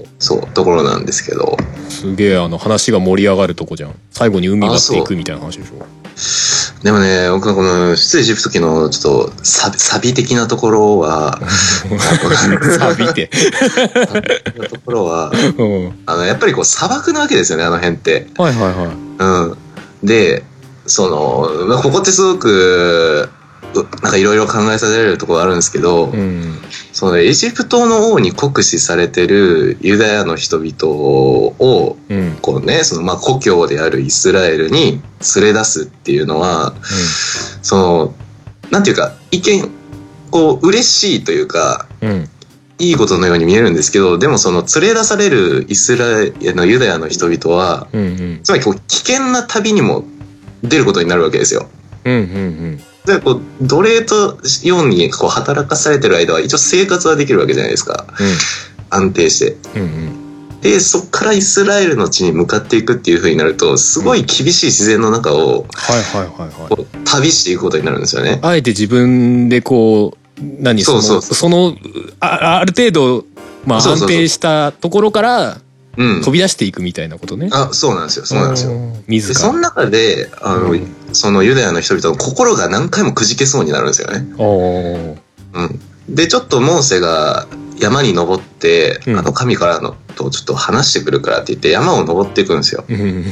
おー
そうところなんですけど
すげえ、あの、話が盛り上がるとこじゃん。最後に海がっていくみたいな話でしょ。
でもね僕のこの出エジプト記のちょっとサビサビ的なところは
さびて。
サビ的なところは
うん。
あのやっぱりこう砂漠なわけですよねあの辺って。
はいはいはい。
うん、でそのまあここってすごくうなんかいろいろ考えさせられるところあるんですけど、
うん。
そのエジプトの王に酷使されてるユダヤの人々を
うん。うん。
こうねそのまあ故郷であるイスラエルに連れ出すっていうのはそのなんていうか一見こう嬉しいというか
うん。
いいことのように見えるんですけどでもその連れ出されるイスラエルのユダヤの人々は
うん。うん。
つまりこう危険な旅にも出ることになるわけですよ。
うん。うん。
でこう奴隷とようにこう働かされてる間は一応生活はできるわけじゃないですか安定して。
うん。うん。
でそこからイスラエルの地に向かっていくっていう風になるとすごい厳しい自然の中を
はいはいはいはい。
こう旅していくことになるんですよね。
あえて自分でこう、何
そうそう
その、そのあ、ある程度、まあ
そう
安
そうそう
定したところから
うん、
飛び出していくみたいなことね。
あそうなんですよそうなんですよ。
ん自
でその
ら。
中であの、
うん
そのユダヤの人々の心が何回もくじけそうになるんですよね。
おー
うん、でちょっとモーセが山に登って、
うん
あの神からのとちょっと話してくるからって言って山を登っていくんですよ
うんうん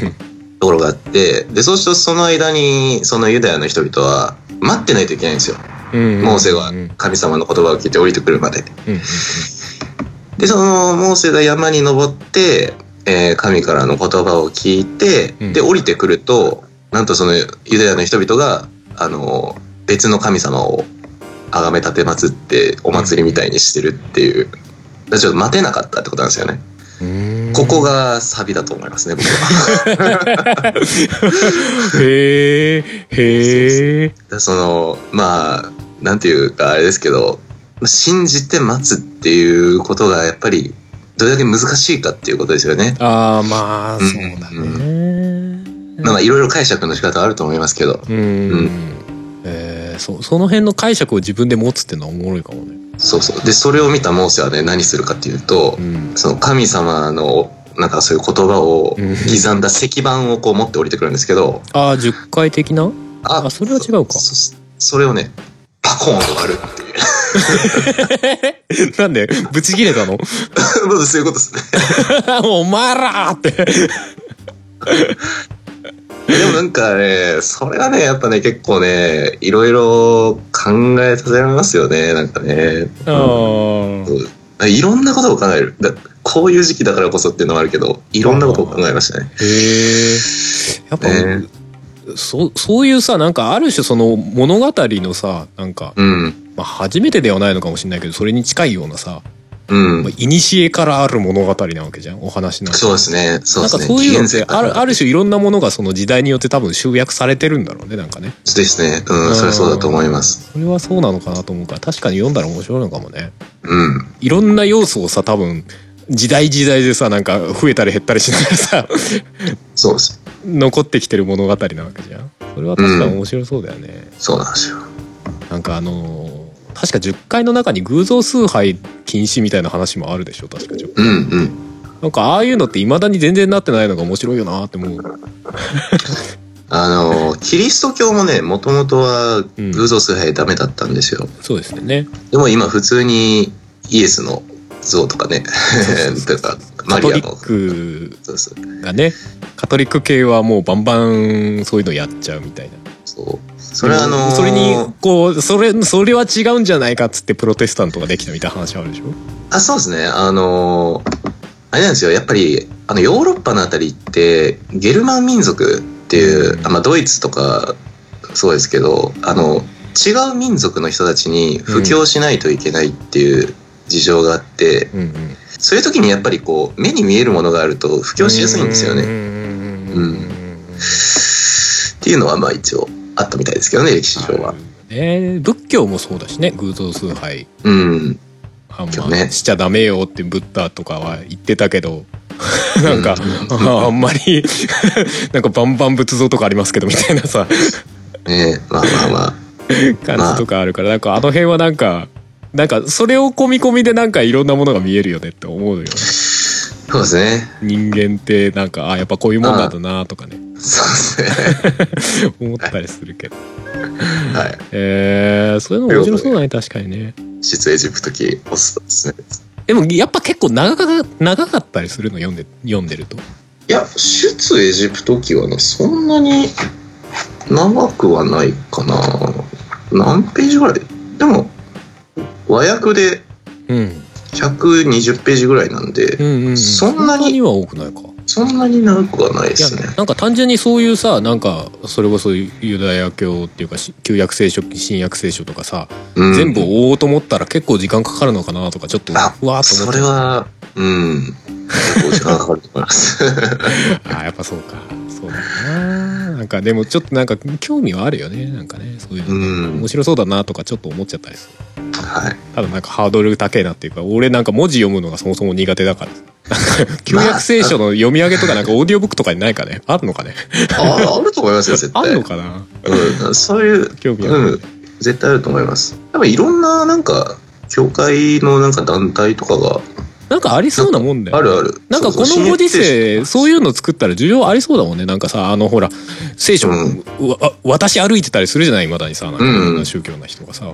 ところがあってでそうするとその間にそのユダヤの人々は待ってないといけないんですよ
うんうん。
モーセは
うんうん
神様の言葉を聞いて降りてくるまで。
うん。
でそのモーセが山に登って、えー神からの言葉を聞いて、
うん
で降りてくるとなんとそのユダヤの人々があの別の神様を崇め立て祀ってお祭りみたいにしてるっていう。だからちょっと待てなかったってことなんですよね。
うん
ここがサビだと思いますね、僕は。
へえ、へえ。
だその、まあ、なんていうかあれですけど、まあ信じて待つっていうことがやっぱりどれだけ難しいかっていうことですよね。
ああ、まあ、そうだ
う
ね。
まあいろいろ解釈の仕方あると思いますけど、
うん。えーそその辺の解釈を自分で持つってのはおもろいかもね。
そうそう。で、それを見たモーセはね、何するかっていうと
う、ん。
その神様の、なんかそういう言葉を
うん
刻んだ石板をこう持って降りてくるんですけど、
ああ、10回的な
あ
あそれは違うか
そそれをね、パコーンと割る っていう。
なんで、ブチ切れたの
まずそういうことですね。
お前らーって。
でもなんかね、それはね、やっぱね、結構ね、いろいろ考えさせられますよね、なんかね。
あー
いろんなことを考える。だこういう時期だからこそっていうのもあるけど、いろんなことを考えましたね。
へえ。やっぱ、
ね
そ、そういうさ、なんかある種その物語のさ、なんか、
うん。
まあ初めてではないのかもしれないけど、それに近いようなさ、
うん
まあ。、古からある物語なわけじゃん、お話なんか。
そうですね。そう
な
で
んか
すね。
そういうのっ
紀
て
元前
あ
から
る、ある種いろんなものがその時代によって多分集約されてるんだろうね、なんかね。
ですね。
う
うんん、それはそうだと思います。
それはそうなのかなと思うから、確かに読んだら面白いのかもね。
うん。
いろんな要素をさ、多分、時代時代でさ、なんか増えたり減ったりしながらさ、
そうです。
残ってきてる物語なわけじゃん。それは確かに面白そうだよね。
そうなんですよ。
なんかあのー確か10回の中に偶像崇拝禁止みたいな話もあるでしょ、確か10
うんうん。
なんかああいうのって未だに全然なってないのが面白いよなって思う。
あの、キリスト教もね、もともとは
うん
偶像崇拝ダメだったんですよ。
そうですよね。
でも今普通にイエスの像とかね、 とか、マ
カト
リア
リ
の。
ック
そうそう
がねカトリック系はもうバンバンそういうのやっちゃうみたいな
そう。それはあのー
それにこうそれそれは違うんじゃないかっつってプロテスタントができたみたいな話あるでしょ
あ、そうですね。あのーあれなんですよやっぱりあのヨーロッパのあたりってゲルマン民族っていう、
うん
あまあ、ドイツとかそうですけどあの違う民族の人たちに布教しないといけないっていう事情があって、
うんうん
そういう時にやっぱりこう目に見えるものがあると布教しやすいんですよね。
ね
うんっていうのはまあ一応あったみたいですけどね歴史上は。
ね仏教もそうだしね偶像崇拝
うん
あん
今
ま
日ね
しちゃダメよってブッダとかは言ってたけど なんか、あーあんまり なんかバンバン仏像とかありますけどみたいな さ
ねまあまあまあ。
感じとかあるからなんかあの辺はなんかなんかそれを込み込みでなんかいろんなものが見えるよねって思うよね
そうですね。
人間ってなんかあーやっぱこういうもんなんだなとかね
そうです ね。
思ったりするけど
は
えー、そういうの面白そうだね確かにね
い。出エジプト記おすすめです。
でもやっぱ結構長か長かったりするの読んで読んでると
いや、出エジプト記はね、そんなに長くはないかな。何ページぐらいでも、和訳で
うん
120ページぐらいなんで、
うんうん、うん、
そんなに
は多くないか
そんなに長くはないで
いや
すね。
なんか単純にそういうさなんかそれこそユダヤ教っていうかし旧約聖書新約聖書とかさ、
うん
全部追おうと思ったら結構時間かかるのかなとかちょっとうわ
あ
ーっと思って
それは、 うん。結構時間かかると思います。
あーやっぱそうかそうだななんかでもちょっとなんか興味はあるよねなんかねそういう
う
の、
ん
面。白そうだなとかちょっと思っちゃったりする
はい。
ただなんかハードル高えなっていうか俺なんか文字読むのがそもそも苦手だ からなんか旧約聖書の読み上げとかなんかオーディオブックとかにないかねあるのかね
ああると思いますよ、絶
あ
対。
るのかな
うん、そういう
興味ある、
うん、絶対あると思います。多分いろんななんか教会のなんか団体とかが
なんかありそうなもんだよね
あるある。
なんかこのご時世そういうの作ったら需要ありそうだもんねなんかさあのほら聖書、
うん
わあ私歩いてたりするじゃないいまだにさなんかいろんな宗教な人がさ、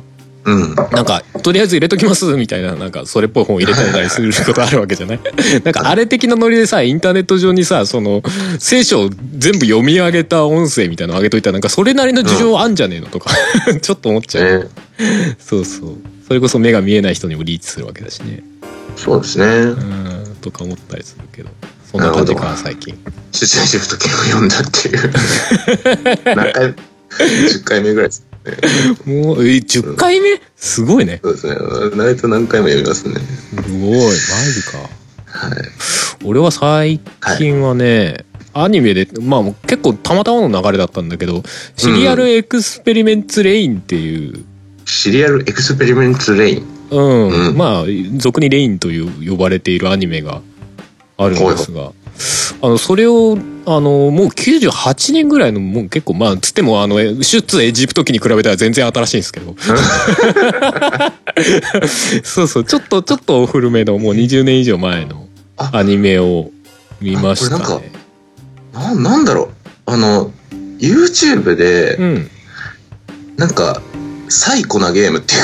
うん、
なんかとりあえず入れときますみたいななんかそれっぽい本入れてたりすることあるわけじ ゃないなんかあれ的なノリでさインターネット上にさその聖書を全部読み上げた音声みたいなの上げといたらなんかそれなりの需要あんじゃねえのとか ちょっと思っちゃう、
ね、
そうそうそれこそ目が見えない人にもリーチするわけだしね
そうですね
う。ーんとか思ったりするけどそんな感じ
なる
か
ほど
最近
出演シフト券を読んだっていう。何回 ?10 回目ぐらいです。
もう、え、10回目すごいね。
そうですね。割と何回も読みますね。
すごい。マジか。
はい。
俺は最近はね、アニメで、まあもう結構たまたまの流れだったんだけど、シリアルエクスペリメンツレインっていう、
シリアルエクスペリメントレイン。
うん、
うん
まあ、俗にレインという呼ばれているアニメがあるんですが、あの、それを、あの、もう98年ぐらいの、もう結構、まあ、つっても、あの、え出エジプト期に比べたら全然新しいんですけど。そうそう、ちょっと、ちょっと古めの、もう20年以上前の
あ
アニメを見ました
あこれなん
ね。
ななんだろうあの、YouTube で
う、ん。
なんか、最古なゲームっていう。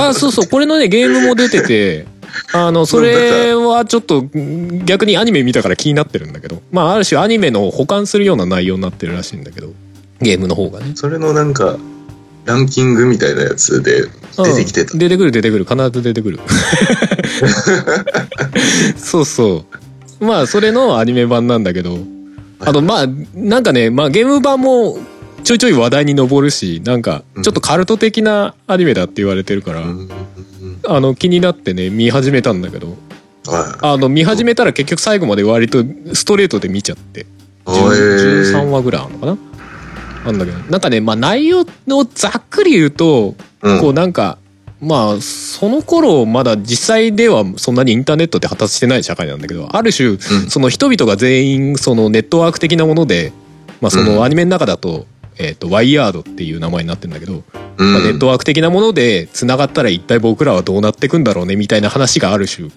あ、そうそう、これのね、ゲームも出てて、あの、それはちょっとん逆にアニメ見たから気になってるんだけど、まあ、ある種アニメの保管するような内容になってるらしいんだけど、ゲームの方がね。
それのなんか、ランキングみたいなやつで出てきてた。
うん出てくる出てくる必ず出てく るそうそうまあそれのアニメ版なんだけどあとまあなんかね、まあ、ゲーム版もちょいちょい話題に上るしなんかちょっとカルト的なアニメだって言われてるから、
うん
あの気になってね見始めたんだけど
は
あの見始めたら結局最後まで割とストレートで見ちゃって
い。
10 13
へー
話ぐらいあるのかななんだけどなんかねまあ内容のざっくり言うと
うん
こうなんか、まあ、その頃まだ実際ではそんなにインターネットって発達してない社会なんだけど、ある種、その人々が全員、そのネットワーク的なもので、まあそのアニメの中だと、えっと、ワイヤードっていう名前になってるんだけど、
うん
まあネットワーク的なもので繋がったら一体僕らはどうなってくんだろうね、みたいな話がある種、
ほ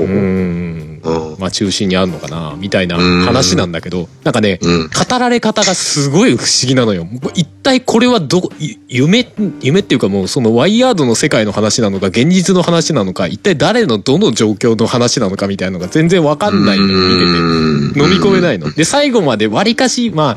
う
うん、
うん
まあ中心にあるのかな、みたいな話なんだけど、なんかね、
うん
語られ方がすごい不思議なのよ。もう一体これはどこ、い夢、夢っていうかもうそのワイヤードの世界の話なのか、現実の話なのか、一体誰のどの状況の話なのかみたいなのが全然わかんないの、見てて。飲み込めないの。で、最後まで割かし、まあ、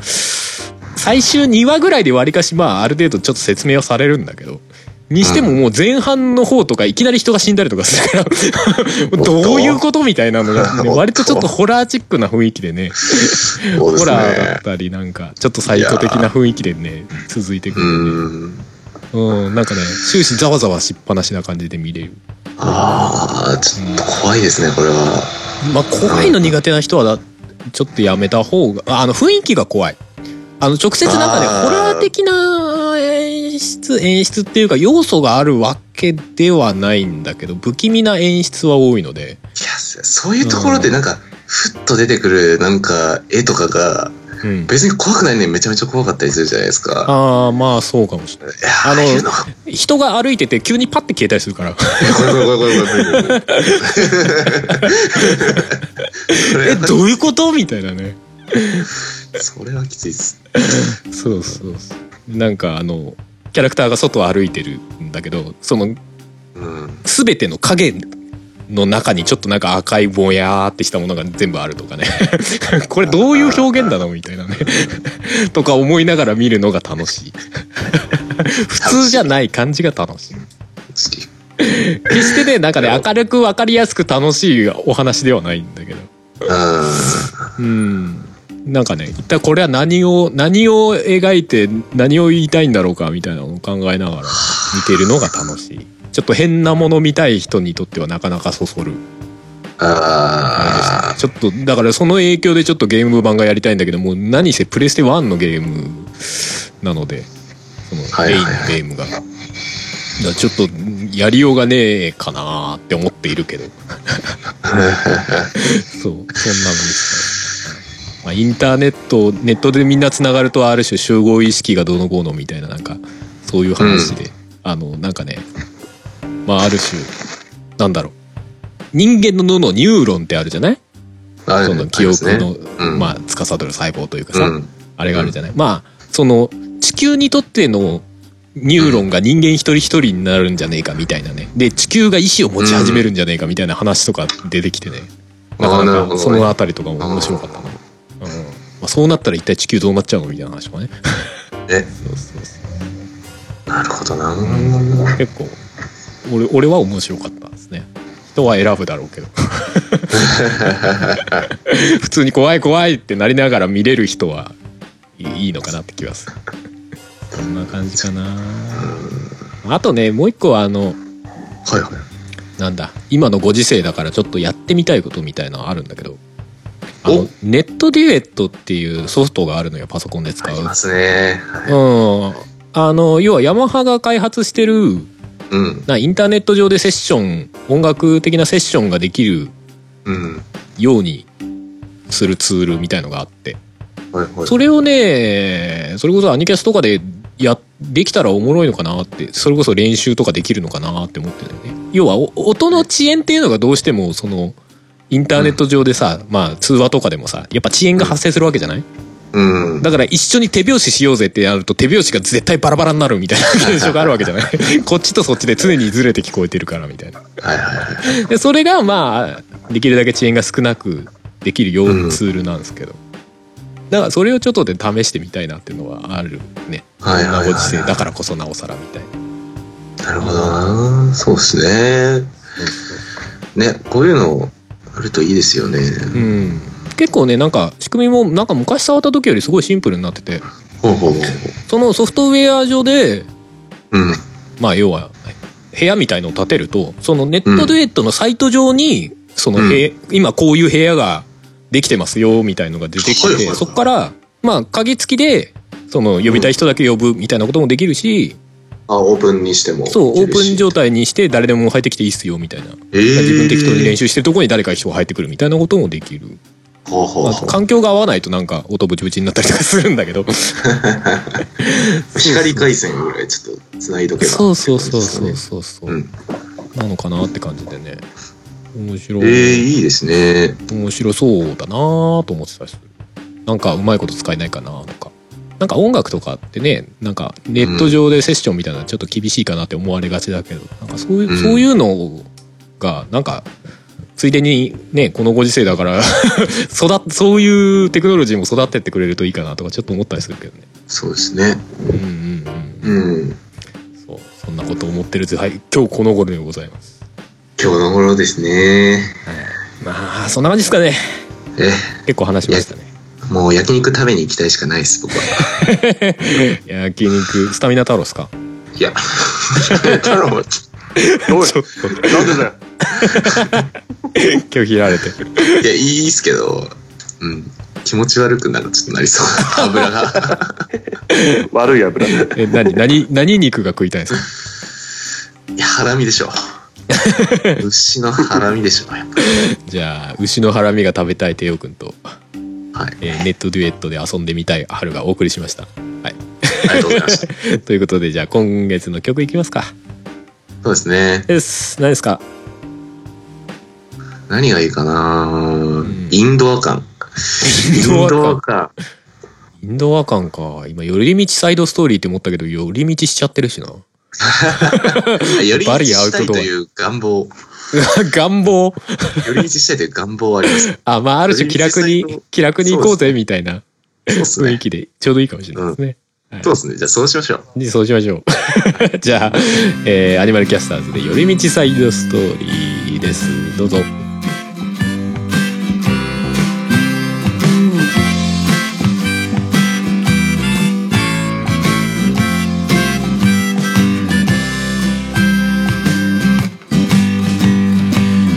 最終2話ぐらいで割かし、まあ、ある程度ちょっと説明はされるんだけど、にしてももう前半の方とかいきなり人が死んだりとかするから
おっと
どういうことみたいなのが、ね、
おっと
割とちょっとホラーチックな雰囲気でね
そうで
ホ
す
ラーだ
ね
っ。たりなんかちょっとサイコ的な雰囲気でね続いてく
う
るんでね、
ーん。
うん、なんかね終始ざわざわしっぱなしな感じで見れる
ああ、ちょっと怖いですね、これは。
まあ怖いの苦手な人はだちょっとやめた方がああの雰囲気が怖いあの直接なんかね
あー
ホラー的な演出演出っていうか要素があるわけではないんだけど不気味な演出は多いので
いや、そそういうところでなんか、ふっと出てくるなんか絵とかが、
うん
別に怖くないのにめちゃめちゃ怖かったりするじゃないですか。
ああまあそうかもしれない
いやー、
あ
あ
の
あいうのが
人が歩いてて急にパッて消えたりするから
これこれこれこれこれこれこれ
えどういうことみたいなね
それはきついっす。
そうそうそうなんかあのキャラクターが外を歩いてるんだけどその
うん。
全ての影の中にちょっとなんか赤いぼやーってしたものが全部あるとかね これどういう表現だのみたいなね とか思いながら見るのが楽しい 普通じゃない感じが楽しい決してねなんかね明るく分かりやすく楽しいお話ではないんだけど
う
う
ん。
んなんかね一体これは何を何を描いて何を言いたいんだろうかみたいなのを考えながら見てるのが楽しいちょっと変なもの見たい人にとってはなかなかそそる
ああ。
ちょっとだからその影響でちょっとゲーム版がやりたいんだけどもう何せプレステ1のゲームなのでその
はい
メイ
は
ンの
いはい
ゲームが。だからちょっとやりようがねえかなーって思っている けどそうそんなのですねまあ、インターネットネットでみんなつながるとある種集合意識がどうのこうのみたいななんかそういう話で、あのなんかねまあある種なんだろう人間の脳のニューロンってあるじゃない
あ
その記憶の、
うん
まあ司る細胞というか
う
さ、
ん。
あれがあるじゃない、まあその地球にとってのニューロンが人間一人一人になるんじゃねえかみたいなねで地球が意志を持ち始めるんじゃねえかみたいな話とか出てきてね、な
あ
か
あ、な
な
るほど
か
ね。
そのあたりとかも面白かったな、うんまあ、そうなったら一体地球どうなっちゃうのみたいな話とかね
え、
そうそうそう
なるほどな。
結構俺俺は面白かったですね人は選ぶだろうけ ど普通に怖い怖いってなりながら見れる人はいいいのかなって気がするそんな感じかなあとねもう一個はあの
はいはい。
なんだ今のご時世だからちょっとやってみたいことみたいなのあるんだけどあの
お
ネットデュエットっていうソフトがあるのよパソコンで使
あ
う
りますね。
うんあの要はヤマハが開発してる
うん。
なインターネット上でセッション音楽的なセッションができる
うん。
ようにするツールみたいのがあって
はいはい。
それをねそれこそアニキャスとかでやできたらおもろいのかなってそれこそ練習とかできるのかなって思ってるよね要はお音の遅延っていうのがどうしてもそのインターネット上でさ、まあ通話とかでもさやっぱ遅延が発生するわけじゃない、
うん。
だから一緒に手拍子しようぜってやると手拍子が絶対バラバラになるみたい な現象があるわけじゃない こっちとそっちで常にずれて聞こえてるからみたいな
はいはいはい。
でそれがまあできるだけ遅延が少なくできるようなツールなんですけど、だからそれをちょっとで試してみたいなっていうのはあるねこん
はいはいはいは
ないご時世だからこそなおさらみたいな
なるほどな。そうですね。ね、こういうのあるといいですよね。
うん結構ねなんか仕組みもなんか昔触った時よりすごいシンプルになってて
ほうほうほう。
そのソフトウェア上で
うん。
まあ要は部屋みたいのを建てるとそのネットデュエットのサイト上にその部屋今こういう部屋ができてますよみたいのが出てき
はい
て
はいは
て
い
そこからまあ鍵付きでその呼びたい人だけ呼ぶみたいなこともできるし
あ、オープンにしても。
そうオープン状態にして誰でも入ってきていいっすよみたいな
えー。
自分適当に練習してるところに誰か人が入ってくるみたいなこともできる
ほうほう
まあ
ほう
環境が合わないとなんか音ブチブチになったりとかするんだけど
光回線ぐらいちょっと繋いどけ ば。
そうそうそうそうそうそう
うん。
なのかなって感じでね面白
え
い
ー、いいですね。
面白そうだなぁと思ってたりするなんかうまいこと使えないかなとかなんか音楽とかってねなんかネット上でセッションみたいなのちょっと厳しいかなって思われがちだけどなんかそういう、
うん
そういうのがなんかついでにねこのご時世だから 育っそういうテクノロジーも育ってってくれるといいかなとかちょっと思ったりするけどね
そうですね。
うんうんうん
うん。
そうそんなことを思ってるぜはい今日この頃でございます
今日の頃ですね。
まあそんな感じですかね
え、
結構話しましたね
もう焼肉食べに行きたいしかないです、僕は。
焼肉スタミナ太郎ですか
い や、太郎も
おい
ちょっと
なんでだよ
拒否られて
いや、いいっすけど、うん、気持ち悪くなる、ちょっとなりそう。 油が。
悪い油
え何何何肉が食いたいんです
いや、ハラミでし ょ。牛のハラミでしょ、やっぱ
か じゃあ牛のハラミが食べたいテヨ君と、
はい。
えーネットデュエットで遊んでみたい春がお送りしました はい
ありがとうご ざいました。
ということでじゃあ今月の曲いきますか
そうですね。
です何ですか
何がいいかなんインドア感。インドア感。
インドア感か今寄り道サイドストーリーって思ったけど寄り道しちゃってるしな
あより道
バリアウ
した
ト
い
ドア
という願望。
願望
より道したいという願望はあり ます。
あまあある種気楽に
寄り道サイド
気楽に行こうぜみたいな
そうです
雰囲
ね。
気でちょうどいいかもしれないですね、
そうですね。じゃあそうしましょう。
でそうしましょう じゃあ、えーアニマルキャスターズで寄り道サイドストーリーですどうぞ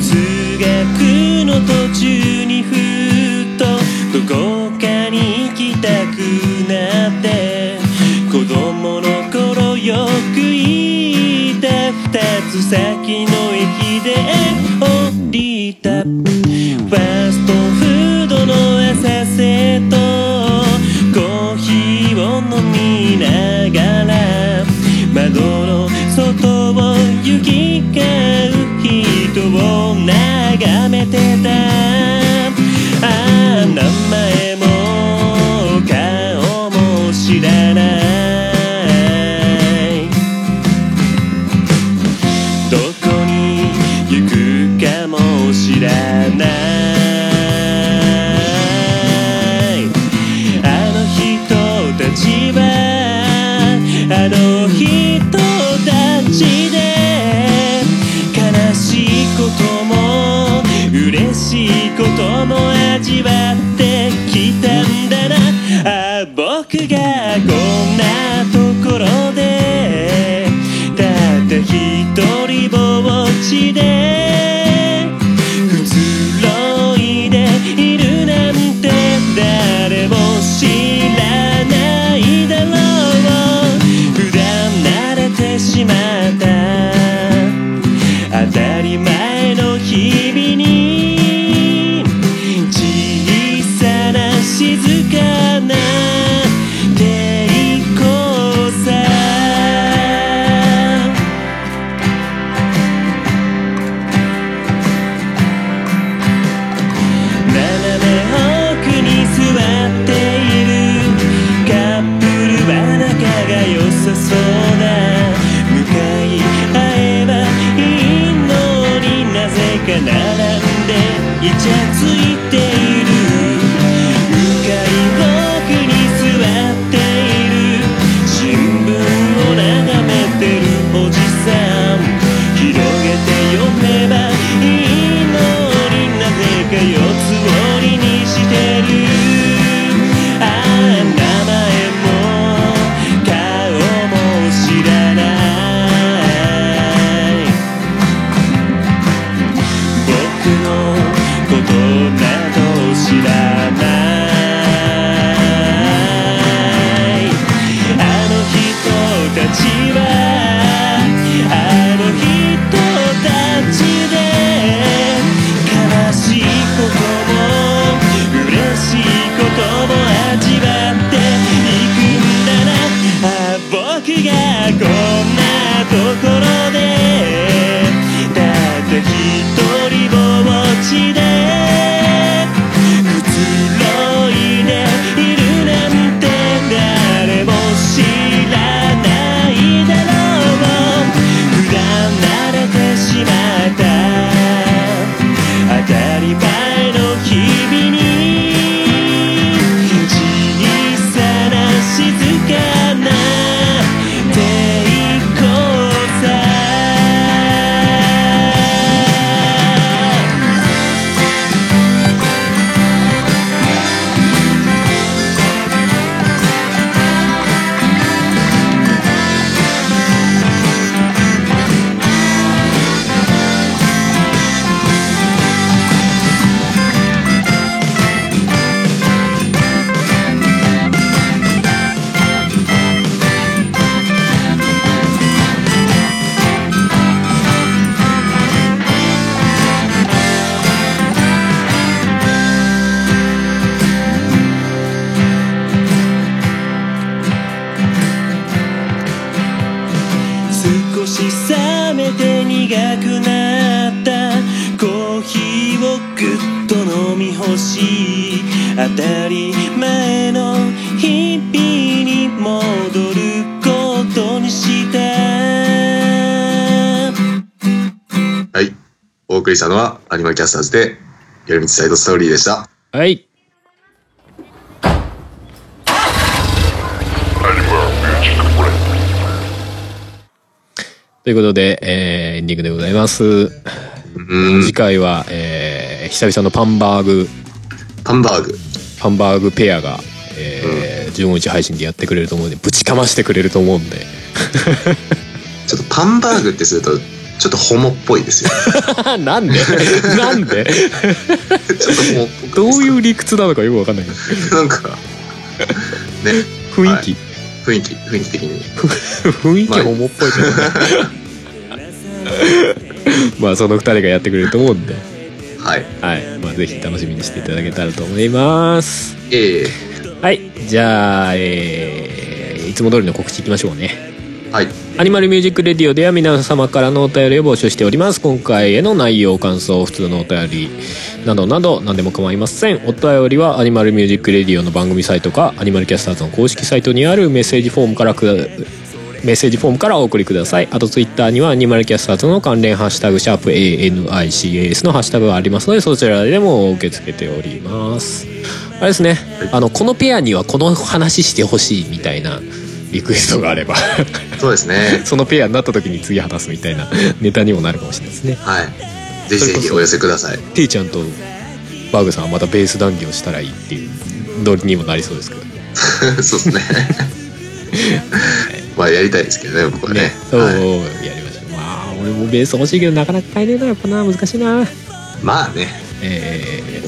通学の途中にふっとどこかに行きたくなって子供の頃よく行った二つ先の駅で降りたファストフードの浅瀬とコーヒーを飲みながら窓の外を行き交う人を眺めてたああ名前も顔も知らないどこに行くかも知らないあの人たちはあの人たちで悲しいことも嬉しいことも味わってきたんだなあ僕がこんなところでただ一人ぼっちでくつろいでいるなんて誰も知らないだろう普段慣れてしまった当たり前の日々に小さな静かな抵抗さ斜め奥に座っているカップルは仲が良さそうだ向かい合えばいいのになぜか並んでイチャついている向かい奥に座っている新聞を眺めてるおじさん広げて読めばいいのになぜか四つ折りにしてるああ名前も顔も知らない僕のことなんしい当たり前の日々に戻ることにした
はい。お送りしたのは、アニマルキャスターズで、夜道サイドストーリーでした。
はい。ということで、えーエンディングでございます。
うん
次。回は、えー久々のパンバーグ、
ハンバーグ。
パンバーグペアが、えー15日配信でやってくれると思うんで、ぶちかましてくれると思うんで。
ちょっとパンバーグってすると、ちょっとホモっぽいで すよ。
なんで なんで
ちょっとホモっぽく
どう
ないいう
理屈なのかよくわかんないけど。
ですかなんか、ね、
雰囲気、
雰囲気、雰囲気的に。
雰囲気重っぽいけどね。 まあ、その二人がやってくれると思うんで。
はい。
はい、まあ、ぜひ楽しみにしていただけたらと思います。
ええ
はい、じゃあ、えーいつも通りの告知いきましょうね。
はい。
アニマルミュージックレディオでは皆様からのお便りを募集しております。今回への内容、感想、普通のお便りなどなど何でも構いません。お便りはアニマルミュージックレディオの番組サイトか、アニマルキャスターズの公式サイトにあるメッセージフォームからくだメッセージフォームからお送りください。あとツイッターにはアニマルキャスターズの関連ハッシュタグ、シャープ ANICAS のハッシュタグがありますので、そちらでも受け付けております。あれですね、あの、このペアにはこの話してほしいみたいなリクエストがあれば、
そうですね。
そのペアになった時に次話すみたいな ネタにもなるかもしれないですね。
はい。ぜひぜひお寄せください。
ていちゃんとバーグさんはまたベース談義をしたらいいっていうノリにもなりそうですけどね。
そうですね。まあやりたいですけどね、僕 はね。
そう、
は
やりましょう。まあ、俺もベース欲しいけどなかなか買えねえな、やっぱな、難しいな。
い、まあね、
えー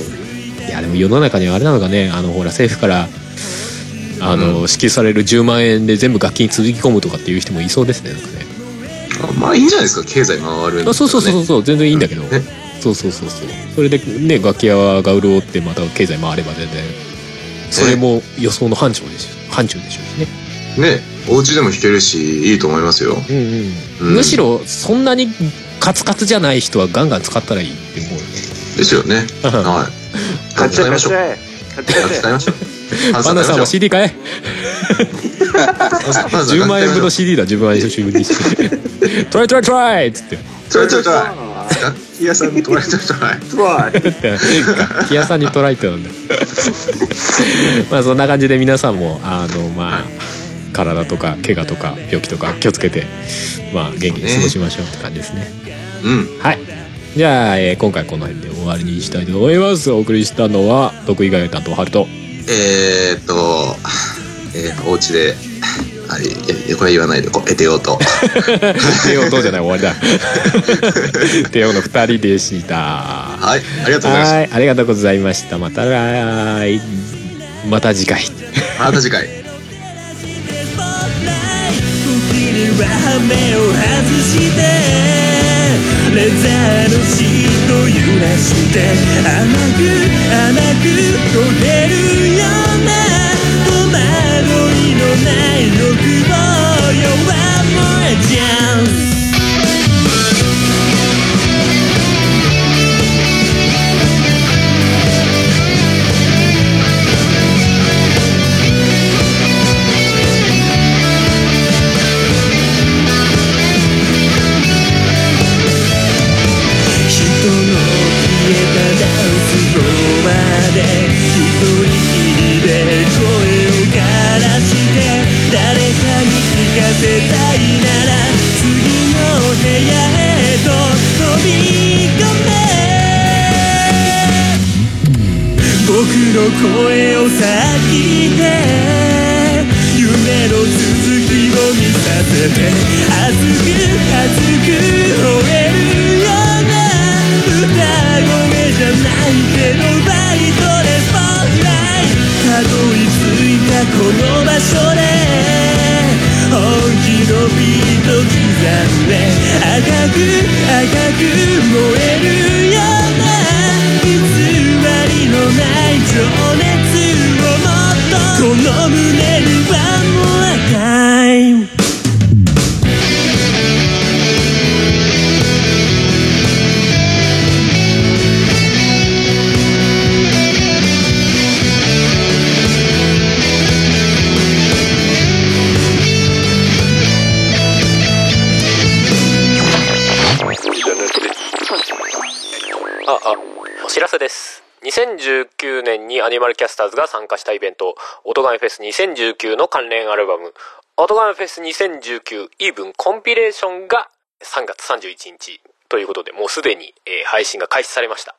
いやでも世の中にはあれなのかねあのほら政府からあの、支給される10万円で全部楽器に続き込むとかっていう人もいそうですねなんかね
まあいいんじゃないですか、経済回るんだったらね
あそうそうそうそう全然いいんだけど、
ね
そうそうそうそうそれでね楽器屋が潤ってまた経済回れば全然それも予想の範疇でしょ範疇でしょうしね
ね、お家でも弾けるし、いいと思いますよ。
うん
うん
むしろそんなにカツカツじゃない人はガンガン使ったらいいって思うよね
ですよね。
あ
はい。
買っちゃ
い
え買
ま
っ
しょ
ち
う。
ゃえ買っちゃ
使い
え
ましょう。パ
アンナさんも CD 買え10万円分の CD だ10万円分にしてトライトライトライっつって
ちょいちょいちょい。楽器屋さんに取られちゃうじゃない。
トライ
って 楽器屋さんにトライって なんだよまあそんな感じで皆さんもあのまあ体とか怪我とか病気とか気をつけてまあ元気に過ごしましょうって感じですね
うん。
はいじゃあ、えー今回この辺で終わりにしたいと思いますお送りしたのは得意外担当ハルト
えー、っと、えー、お家で、はい、えこれ言わないで、こう、得てようと。
帝王どうじゃない終わりだ 帝王の2人でした
はい、ありがとうございまし
はいありがとうございましたまた来また次回
た。また次回。
唇は羽を外してレザーのシート揺らして甘く甘く取れるような戸惑いのない欲望よ One more chance 人の消えたダンスフロアで一人きりので声を枯らして誰かに聞かせたいなら次の部屋へと飛び込め僕の声をさ聞いて夢の続きを見させて熱く熱く吠えるような歌声じゃないけどバイトでスポットライトたどり着いたこの場所で本気のビート刻んで赤く赤く燃えるような偽りのない情熱をもっとこの胸にはもう赤い
あ、あ、お知らせです。2019年にアニマルキャスターズが参加したイベント、オトガメフェス2019の関連アルバム、オトガメフェス2019イーブンコンピレーションが3月31日ということで、もうすでに、えー配信が開始されました。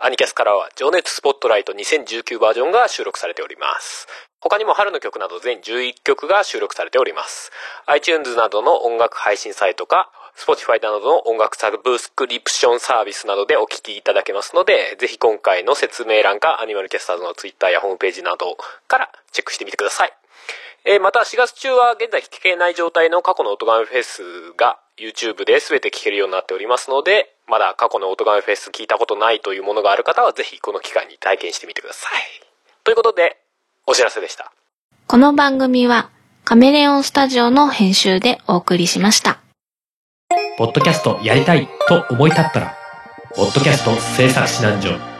アニキャスからは、情熱スポットライト2019バージョンが収録されております。他にも春の曲など全11曲が収録されております。iTunes などの音楽配信サイトか、Spotify などの音楽サブスクリプションサービスなどでお聞きいただけますので、ぜひ今回の説明欄か、アニマルキャスターズの Twitter やホームページなどからチェックしてみてください。えーまた4月中は現在聞けない状態の過去の音ガメフェスが YouTube で全て聞けるようになっておりますので、まだ過去の音ガメフェス聞いたことないというものがある方はぜひこの機会に体験してみてください。ということで、お知らせでした。
この番組はカメレオンスタジオの編集でお送りしました。
ポッドキャストやりたいと思い立ったら、ポッドキャスト制作指南所。